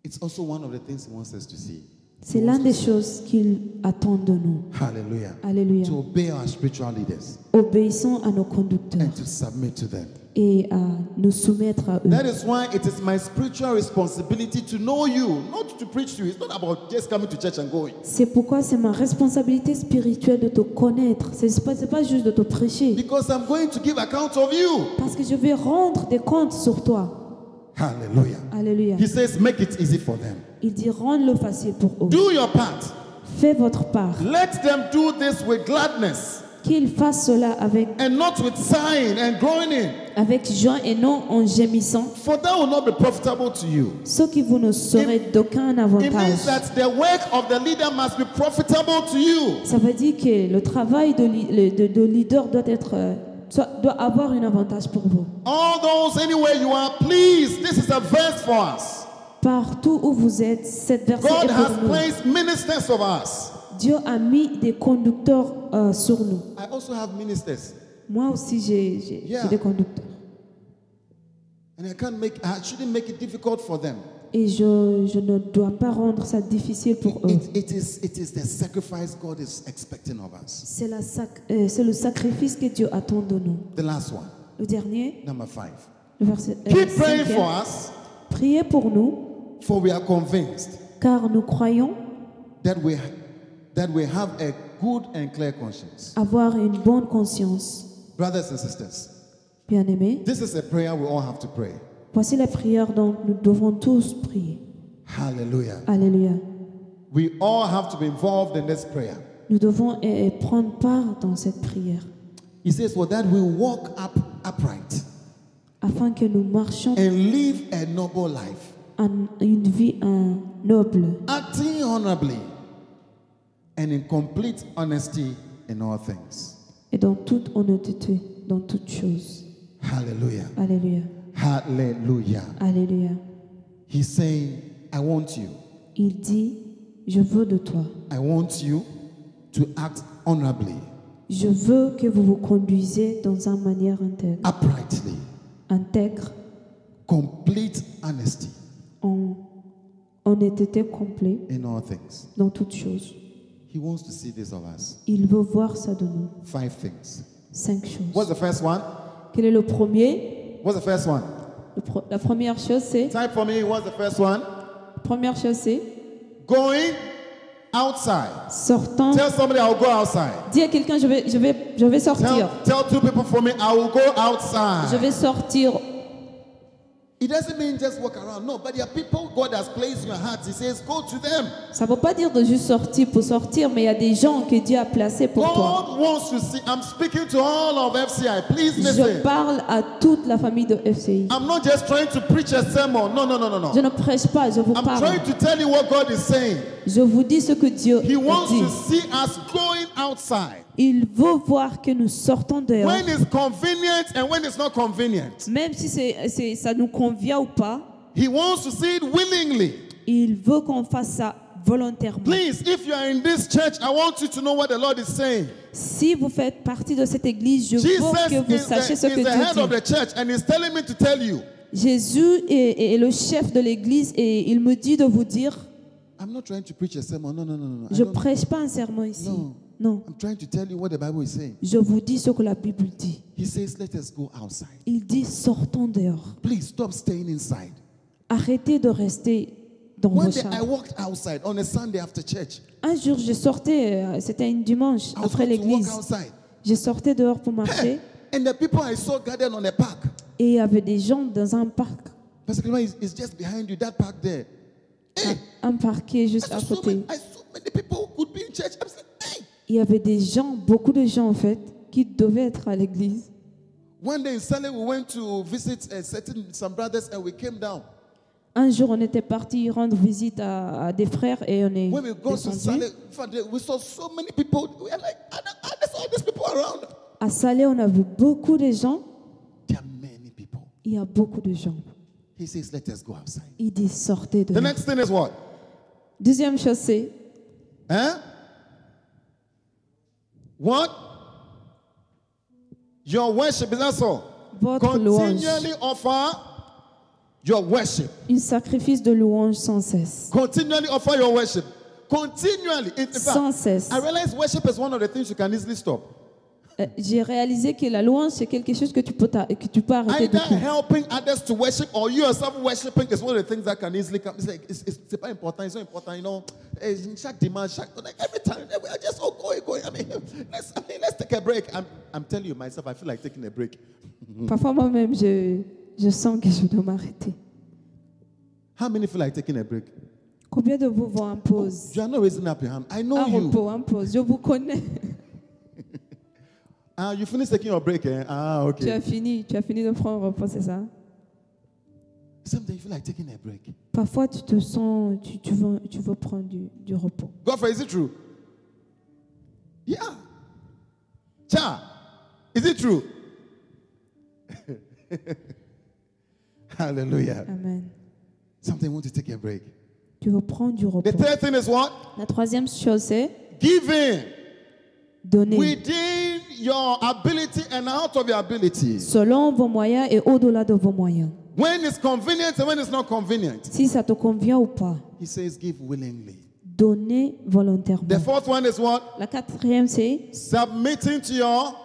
Speaker 1: It's also one of the things he wants us to see.
Speaker 2: C'est l'un des choses qu'il attend de nous.
Speaker 1: Hallelujah.
Speaker 2: Alléluia.
Speaker 1: To obey our spiritual leaders
Speaker 2: Obéissons à nos conducteurs
Speaker 1: and to submit to them.
Speaker 2: et à nous soumettre à eux.
Speaker 1: That is why it is my spiritual responsibility to know you, not to preach to you. It's not about just coming to church and going.
Speaker 2: C'est pourquoi c'est ma responsabilité spirituelle de te connaître. Ce n'est pas, c'est pas juste de te prêcher.
Speaker 1: Because I'm going to give account of you.
Speaker 2: Parce que je vais rendre des comptes sur toi.
Speaker 1: Hallelujah.
Speaker 2: Alléluia.
Speaker 1: He says, make it easy for them.
Speaker 2: Il dit rendre-le facile pour eux.
Speaker 1: Do your part.
Speaker 2: Fais votre part.
Speaker 1: Let them do this with gladness
Speaker 2: Qu'ils fassent cela avec,
Speaker 1: and not with sighing and groaning,
Speaker 2: avec joie et non en gémissant.
Speaker 1: for that will not be profitable to you.
Speaker 2: Ce qui vous ne serez d'aucun
Speaker 1: It means
Speaker 2: avantage.
Speaker 1: that the work of the leader must be profitable to you.
Speaker 2: Ça veut dire que le travail de, li- le- de- de leader doit, être, euh, soit- doit avoir un avantage pour vous.
Speaker 1: All those anywhere you are, please, this is a verse for us.
Speaker 2: Partout où vous êtes, cette verset
Speaker 1: God
Speaker 2: est
Speaker 1: has
Speaker 2: pour nous.
Speaker 1: placed ministers of us.
Speaker 2: Dieu a mis des conducteurs euh, sur nous.
Speaker 1: I also have ministers,
Speaker 2: Moi aussi, j'ai j'ai- j'ai
Speaker 1: Yeah.
Speaker 2: des conducteurs.
Speaker 1: and I can't make. I shouldn't make it difficult for them.
Speaker 2: Et je, je ne dois pas rendre ça difficile pour eux.
Speaker 1: It, it is. It is the sacrifice God is expecting of us.
Speaker 2: C'est la sac- euh, c'est le sacrifice que Dieu attend de nous.
Speaker 1: The last one,
Speaker 2: Le dernier,
Speaker 1: number five.
Speaker 2: le verset. euh,
Speaker 1: Keep praying
Speaker 2: cinquième.
Speaker 1: for us,
Speaker 2: Priez pour nous,
Speaker 1: for we are convinced
Speaker 2: car nous croyons
Speaker 1: that we that we have a good and clear conscience.
Speaker 2: avoir une bonne conscience.
Speaker 1: Brothers and sisters,
Speaker 2: Bien-aimés,
Speaker 1: this is a prayer we all have to pray.
Speaker 2: voici la prière dont nous devons tous prier.
Speaker 1: Hallelujah.
Speaker 2: Alléluia.
Speaker 1: We all have to be involved in this prayer.
Speaker 2: Nous devons euh, prendre part dans cette prière
Speaker 1: He says, "For that we walk up upright
Speaker 2: afin que nous marchions
Speaker 1: and live a noble life."
Speaker 2: en une vie euh, noble,
Speaker 1: acting honorably and in complete honesty in all things.
Speaker 2: et dans toute honnêteté, dans toutes choses.
Speaker 1: Hallelujah.
Speaker 2: Alléluia.
Speaker 1: Hallelujah.
Speaker 2: Alléluia.
Speaker 1: He's saying, I want you.
Speaker 2: Il dit, je veux de toi.
Speaker 1: I want you to act honorably,
Speaker 2: Je veux que vous vous conduisez dans une manière intègre,
Speaker 1: uprightly,
Speaker 2: intègre
Speaker 1: complete honesty
Speaker 2: en honnêteté complète
Speaker 1: in all things.
Speaker 2: dans toutes choses.
Speaker 1: He wants to see this of us.
Speaker 2: Il veut voir ça de nous.
Speaker 1: Five things.
Speaker 2: Cinq choses.
Speaker 1: What's the first one?
Speaker 2: Quel est le premier
Speaker 1: What's the first one?
Speaker 2: Le pro- La première chose, c'est
Speaker 1: Type for me, what's the first one?
Speaker 2: première chose, c'est
Speaker 1: Going outside.
Speaker 2: sortant.
Speaker 1: Tell somebody I'll go outside.
Speaker 2: Dis à quelqu'un, je vais, je vais, je vais sortir.
Speaker 1: Tell, tell two people for me, I will go outside.
Speaker 2: Je vais sortir.
Speaker 1: It doesn't mean just walk around. No, but there are people God has placed in your heart. He says, go to them.
Speaker 2: Ça ne veut pas dire de juste sortir pour sortir, mais il y a des gens que Dieu a placés pour toi.
Speaker 1: God wants to see. I'm speaking to all of FCI. Please
Speaker 2: Je
Speaker 1: listen.
Speaker 2: parle à toute la famille de FCI.
Speaker 1: I'm not just trying to preach a sermon. No, no, no, no,
Speaker 2: Je
Speaker 1: no.
Speaker 2: ne prêche pas, je vous
Speaker 1: I'm
Speaker 2: parle.
Speaker 1: trying to tell you what God is saying.
Speaker 2: Je vous dis ce que Dieu
Speaker 1: He wants
Speaker 2: dit.
Speaker 1: to see us going outside
Speaker 2: Il veut voir que nous sortons dehors,
Speaker 1: when it's convenient and when it's not convenient.
Speaker 2: même si c'est- c'est- ça nous convient ou pas.
Speaker 1: He wants to see it willingly.
Speaker 2: Il veut qu'on fasse ça volontairement.
Speaker 1: Please, if you are in this church, I want you to know what the Lord is saying.
Speaker 2: Si vous faites partie de cette église, je
Speaker 1: Jesus
Speaker 2: veux que vous
Speaker 1: is the,
Speaker 2: sachiez ce que
Speaker 1: is the head
Speaker 2: Dieu
Speaker 1: of
Speaker 2: dit.
Speaker 1: the church, and He's telling me to tell you.
Speaker 2: Jésus est, est le chef de l'église et il me dit de vous dire,
Speaker 1: I'm not trying to preach a sermon. No, no, no, no. I
Speaker 2: je
Speaker 1: don't-
Speaker 2: prêche pas un serment ici.
Speaker 1: No.
Speaker 2: Non,
Speaker 1: I'm trying to tell you what the Bible is saying.
Speaker 2: je vous dis ce que la Bible dit.
Speaker 1: He says, let us go outside.
Speaker 2: Il dit sortons dehors.
Speaker 1: Please stop staying inside.
Speaker 2: Arrêtez de rester dans
Speaker 1: One
Speaker 2: vos
Speaker 1: day I
Speaker 2: chambres.
Speaker 1: walked outside on a Sunday after church.
Speaker 2: Un jour, je sortais, euh, c'était une dimanche
Speaker 1: I was
Speaker 2: après
Speaker 1: going to walk
Speaker 2: l'église.
Speaker 1: outside.
Speaker 2: Je sortais dehors pour marcher
Speaker 1: Hey, and the people I saw gathered on a park.
Speaker 2: et il y avait des gens dans un parc,
Speaker 1: Pastor Clement is, is just behind you, that park there. Hey,
Speaker 2: un parquet
Speaker 1: I
Speaker 2: juste
Speaker 1: saw,
Speaker 2: à
Speaker 1: so
Speaker 2: côté.
Speaker 1: many, I saw many people who could be in church. I'm saying, hey.
Speaker 2: Il y avait des gens, beaucoup de gens en fait, qui devaient être à l'église.
Speaker 1: One day in Sunday we went to visit a certain some brothers and we came down.
Speaker 2: Un jour, on était parti rendre visite à, à des frères et on est
Speaker 1: When we got to
Speaker 2: descendu.
Speaker 1: Sunday, we saw so many people. We are like, I don't- I just all these people around.
Speaker 2: À Salé, on a vu beaucoup de gens.
Speaker 1: There are many people.
Speaker 2: Il y a beaucoup de gens.
Speaker 1: He says, let us go outside.
Speaker 2: Il dit sortez
Speaker 1: The
Speaker 2: dehors.
Speaker 1: next thing is what?
Speaker 2: Deuxième chose, c'est
Speaker 1: Huh? What? Your worship is that's all.
Speaker 2: votre louange.
Speaker 1: Continually offer your worship.
Speaker 2: Un sacrifice de louange sans cesse.
Speaker 1: Continually offer your worship. Continually. In in fact,
Speaker 2: Sans cesse.
Speaker 1: Ah I realize worship is one of the things you can easily stop.
Speaker 2: Euh, J'ai réalisé que la louange, c'est quelque chose que tu peux, t'a- que tu peux arrêter de
Speaker 1: Either
Speaker 2: faire.
Speaker 1: helping others to worship or you yourself worshiping is one of the things that can easily come. It's like, it's, it's, c'est pas important, it's not important, you know. Eh, chaque dimanche, chaque, like every time, eh, we are just all going, going. I mean, *laughs* let's, I mean, let's take a break. I'm, I'm telling you myself, I feel like taking a break.
Speaker 2: Parfois, moi-même, je, je sens que je dois m'arrêter.
Speaker 1: How many feel like taking a break?
Speaker 2: Combien de vous vont en pause
Speaker 1: You are not raising up your hand. I know
Speaker 2: Un
Speaker 1: you.
Speaker 2: repos, en pause. Je vous connais.
Speaker 1: Ah, you finished taking your break, eh? Ah,
Speaker 2: Tu as
Speaker 1: okay.
Speaker 2: fini, tu as fini de prendre un repos, c'est ça
Speaker 1: Sometimes you feel like taking a break.
Speaker 2: Parfois, tu te sens, tu, tu, veux, tu veux prendre du, du repos.
Speaker 1: Godfrey, is it true? Yeah. Cha, is it true? *laughs* Hallelujah.
Speaker 2: Amen.
Speaker 1: Something want to take a break.
Speaker 2: Tu veux prendre du repos.
Speaker 1: The third thing is what?
Speaker 2: La troisième chose, c'est
Speaker 1: Giving
Speaker 2: donner.
Speaker 1: within your ability and out of your ability.
Speaker 2: Selon vos moyens et au-delà de vos moyens.
Speaker 1: When it's convenient and when it's not convenient.
Speaker 2: Si ça te convient ou pas.
Speaker 1: He says give willingly.
Speaker 2: Donner volontairement.
Speaker 1: The fourth one is what?
Speaker 2: La quatrième, c'est
Speaker 1: Submitting to your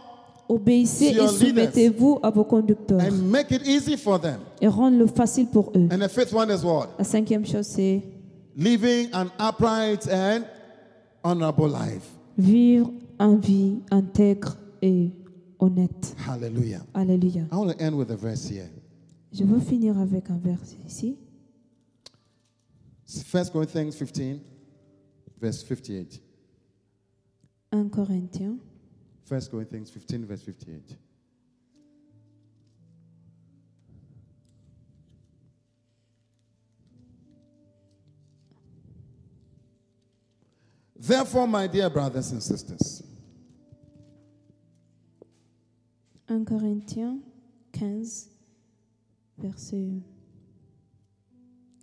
Speaker 2: obéissez
Speaker 1: Sur
Speaker 2: et
Speaker 1: leaders.
Speaker 2: soumettez-vous à vos conducteurs
Speaker 1: and make it easy for them.
Speaker 2: et rendez-le facile pour eux.
Speaker 1: And the fifth one is what?
Speaker 2: La cinquième chose, c'est
Speaker 1: Living an upright and honorable life.
Speaker 2: vivre en vie intègre et honnête.
Speaker 1: Hallelujah.
Speaker 2: Alléluia.
Speaker 1: I want to end with a verse here.
Speaker 2: Je veux finir avec un verset ici.
Speaker 1: 1 Corinthians 15, verse 58.
Speaker 2: 1 Corinthiens
Speaker 1: 1 Corinthians 15, verse 58. 'Therefore, my dear brothers and sisters,
Speaker 2: 1 Corinthiens 15,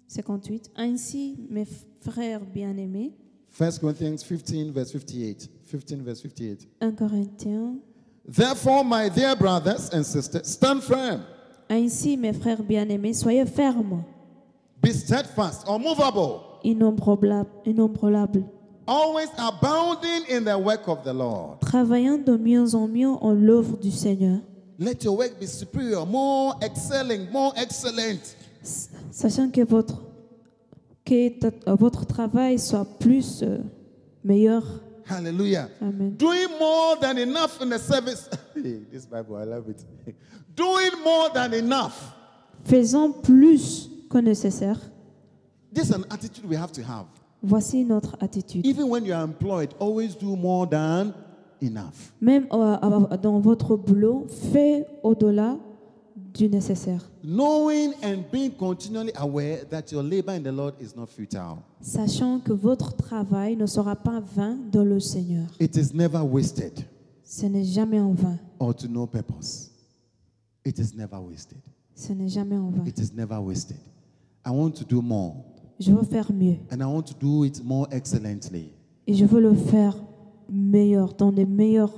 Speaker 2: verset 58. Ainsi, mes frères bien-aimés,
Speaker 1: 1 Corinthians 15, verse 58. 15, verse 58.
Speaker 2: 1 Corinthiens,
Speaker 1: Therefore, my dear brothers and sisters, stand firm,
Speaker 2: ainsi, mes frères bien-aimés, soyez fermes,
Speaker 1: be steadfast, unmovable,
Speaker 2: innombrables, innombrables,
Speaker 1: always abounding in the work of the Lord.
Speaker 2: travaillant de mieux en mieux en l'œuvre du Seigneur,
Speaker 1: Let your work be superior, more excelling, more excellent.
Speaker 2: s- sachant que votre, que ta- votre travail soit plus euh, meilleur.
Speaker 1: Hallelujah.
Speaker 2: Amen.
Speaker 1: Doing more than enough in the service. *laughs* Hey, this Bible, I love it. *laughs* Doing more than enough.
Speaker 2: Faisons plus que nécessaire.
Speaker 1: This is an attitude we have to have.
Speaker 2: Voici notre attitude.
Speaker 1: Even when you are employed, always do more than enough.
Speaker 2: Même euh, euh, dans votre boulot, faites au-delà du nécessaire,
Speaker 1: Knowing and being continually aware that your labor in the Lord is not futile,
Speaker 2: sachant que votre travail ne sera pas vain dans le Seigneur.
Speaker 1: it is never wasted
Speaker 2: Ce n'est jamais en vain.
Speaker 1: or to no purpose. It is never wasted.
Speaker 2: Ce n'est jamais en vain.
Speaker 1: It is never wasted. I want to do more.
Speaker 2: Je veux faire mieux
Speaker 1: and I want to do it more excellently
Speaker 2: et je veux le faire meilleur, dans les meilleures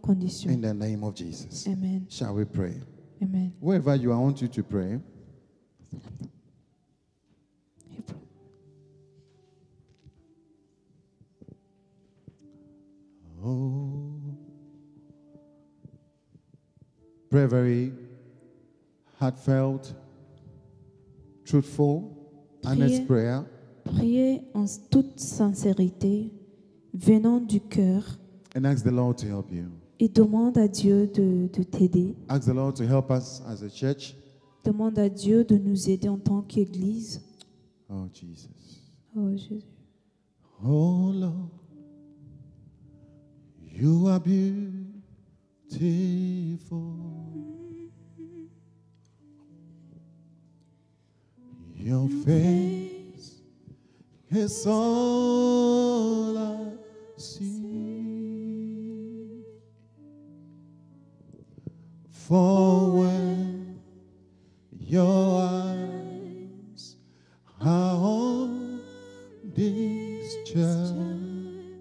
Speaker 2: conditions.
Speaker 1: in the name of Jesus.
Speaker 2: Amen.
Speaker 1: Shall we pray?
Speaker 2: Amen.
Speaker 1: Wherever you are, I want you to pray. Oh, pray very heartfelt, truthful, honest
Speaker 2: Prier.
Speaker 1: prayer.
Speaker 2: Priez en toute sincérité, venant du cœur,
Speaker 1: And ask the Lord to help you.
Speaker 2: et demande à Dieu de- de t'aider.
Speaker 1: Ask the Lord to help us as a church.
Speaker 2: Demande à Dieu de nous aider en tant qu'Église.
Speaker 1: Oh, Jesus.
Speaker 2: Oh Jésus.
Speaker 1: Oh Lord, you are beautiful. Your face is all I see. For when your eyes are on this child.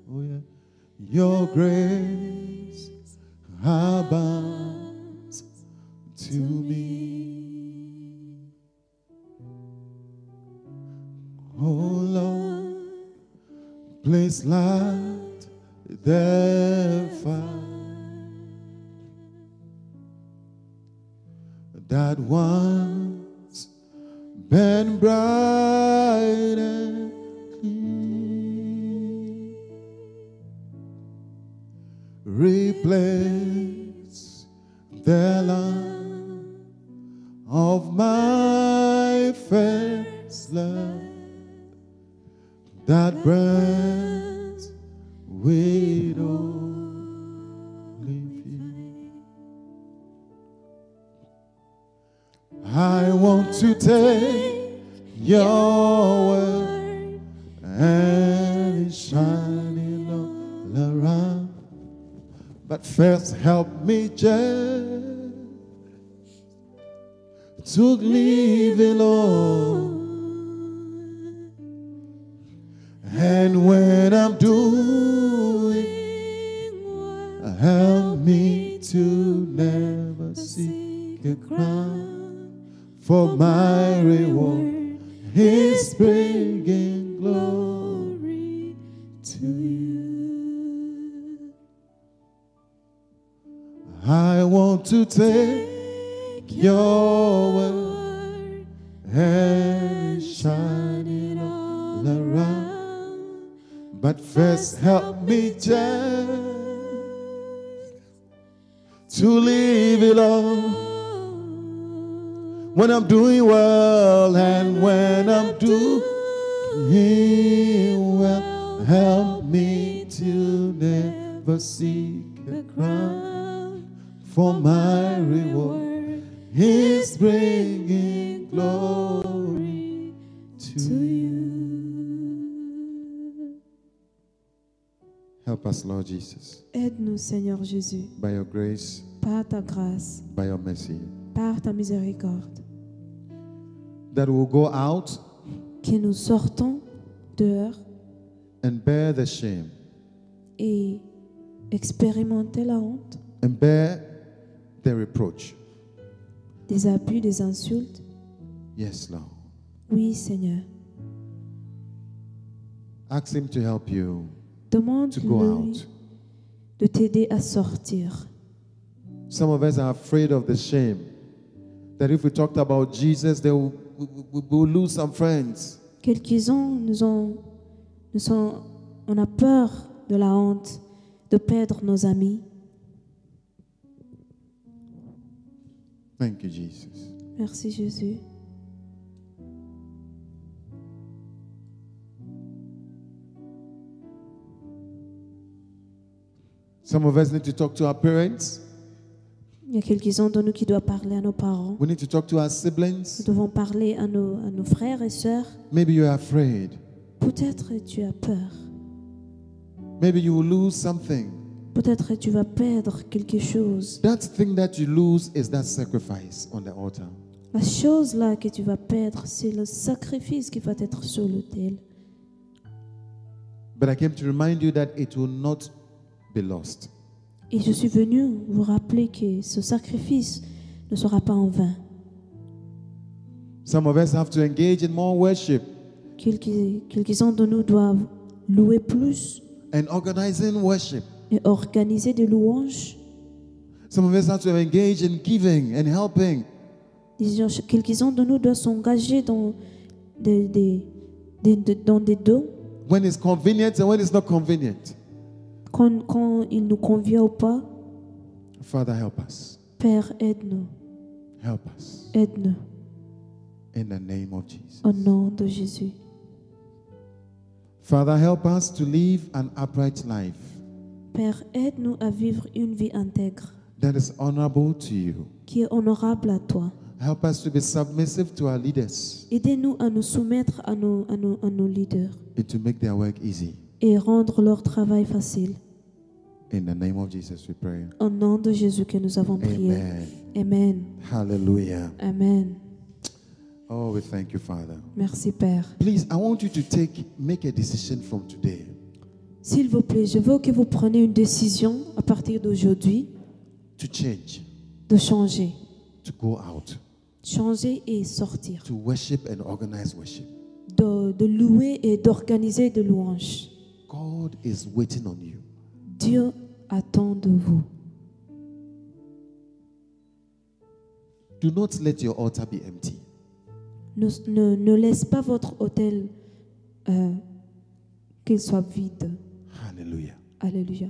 Speaker 1: Oh, yeah. Your grace abounds to me. Oh Lord, please light the fire that once been bright and clear replace the light of my first love that burns with only fear. I want to take your word and it's shining all around. But first, help me just to leave it alone. And when I'm doing, help me to never seek a crown for my reward. Is bringing glory to you. I want to take your word and shine it all around. But first, help me just to leave it all. When I'm doing well and when I'm doing well, help me to never seek a crown for my reward. He's bringing glory to you. Help us, Lord Jesus,
Speaker 2: Aide-nous, Seigneur Jésus,
Speaker 1: by your grace,
Speaker 2: par ta grâce,
Speaker 1: by your mercy,
Speaker 2: par ta miséricorde,
Speaker 1: that we'll go out
Speaker 2: que nous sortons dehors
Speaker 1: and bear the shame
Speaker 2: et expérimenter la honte,
Speaker 1: and bear the reproach.
Speaker 2: des abus, des insultes.
Speaker 1: Yes, Lord.
Speaker 2: Oui, Seigneur.
Speaker 1: Ask Him to help you to go
Speaker 2: Demande-lui
Speaker 1: out.
Speaker 2: de t'aider à sortir.
Speaker 1: Some of us are afraid of the shame that if we talked about Jesus, they will, we, we- we will lose some friends.
Speaker 2: Quelques-uns nous ont, nous sont- on a peur de la honte, de perdre nos amis.
Speaker 1: Thank you, Jesus.
Speaker 2: Merci Jésus.
Speaker 1: Some of us need to talk to our parents.
Speaker 2: Il y a quelques-uns de nous qui doivent parler à nos parents.
Speaker 1: We need to talk to our
Speaker 2: Nous
Speaker 1: siblings.
Speaker 2: devons parler à nos, à nos frères et sœurs.
Speaker 1: Maybe you're afraid.
Speaker 2: Peut-être tu as peur.
Speaker 1: Maybe you will lose something.
Speaker 2: Peut-être tu vas perdre quelque chose.
Speaker 1: That thing that you lose is that sacrifice on the altar.
Speaker 2: La chose là que tu vas perdre, c'est le sacrifice qui va être sur l'autel.
Speaker 1: But I came to remind you that it will not be lost.
Speaker 2: Et je suis venu vous rappeler que ce sacrifice ne sera pas en vain.
Speaker 1: Some of us have to engage in more worship
Speaker 2: Quelques- Quelques-uns de nous doivent louer plus
Speaker 1: and organizing worship.
Speaker 2: et organiser des louanges.
Speaker 1: Some of us have to engage in giving and helping.
Speaker 2: Disons, Quelques-uns de nous doivent s'engager dans des, des- des- des- dans des dons
Speaker 1: when it's convenient and when it's not convenient.
Speaker 2: quand, quand il nous convient ou pas.
Speaker 1: Father, help us.
Speaker 2: Père, aide-nous,
Speaker 1: Help us.
Speaker 2: aide-nous
Speaker 1: In the name of Jesus.
Speaker 2: au nom de Jésus.
Speaker 1: Father, help us to live an upright life
Speaker 2: Père, aide-nous à vivre une vie intègre
Speaker 1: that is honorable to you.
Speaker 2: qui est honorable à toi.
Speaker 1: Help us to be submissive to our leaders
Speaker 2: Aidez-nous à nous soumettre à nos, à nos- à nos leaders
Speaker 1: and to make their work easy.
Speaker 2: et rendre leur travail facile.
Speaker 1: In the name of Jesus, we pray.
Speaker 2: Au nom de Jésus que nous avons prié.
Speaker 1: Amen.
Speaker 2: Amen.
Speaker 1: Hallelujah.
Speaker 2: Amen.
Speaker 1: Oh, we thank you, Father.
Speaker 2: Merci Père.
Speaker 1: Please, I want you to take make a decision from today.
Speaker 2: S'il vous plaît, je veux que vous preniez une décision à partir d'aujourd'hui
Speaker 1: to change,
Speaker 2: de changer.
Speaker 1: to go out,
Speaker 2: Changer et sortir.
Speaker 1: to worship and organize worship.
Speaker 2: De, de louer et d'organiser des louanges.
Speaker 1: God is waiting on you.
Speaker 2: Dieu attend de vous.
Speaker 1: Do not let your altar be empty.
Speaker 2: Ne, ne- ne laisse pas votre hôtel euh, qu'il soit vide.
Speaker 1: Hallelujah.
Speaker 2: Alléluia.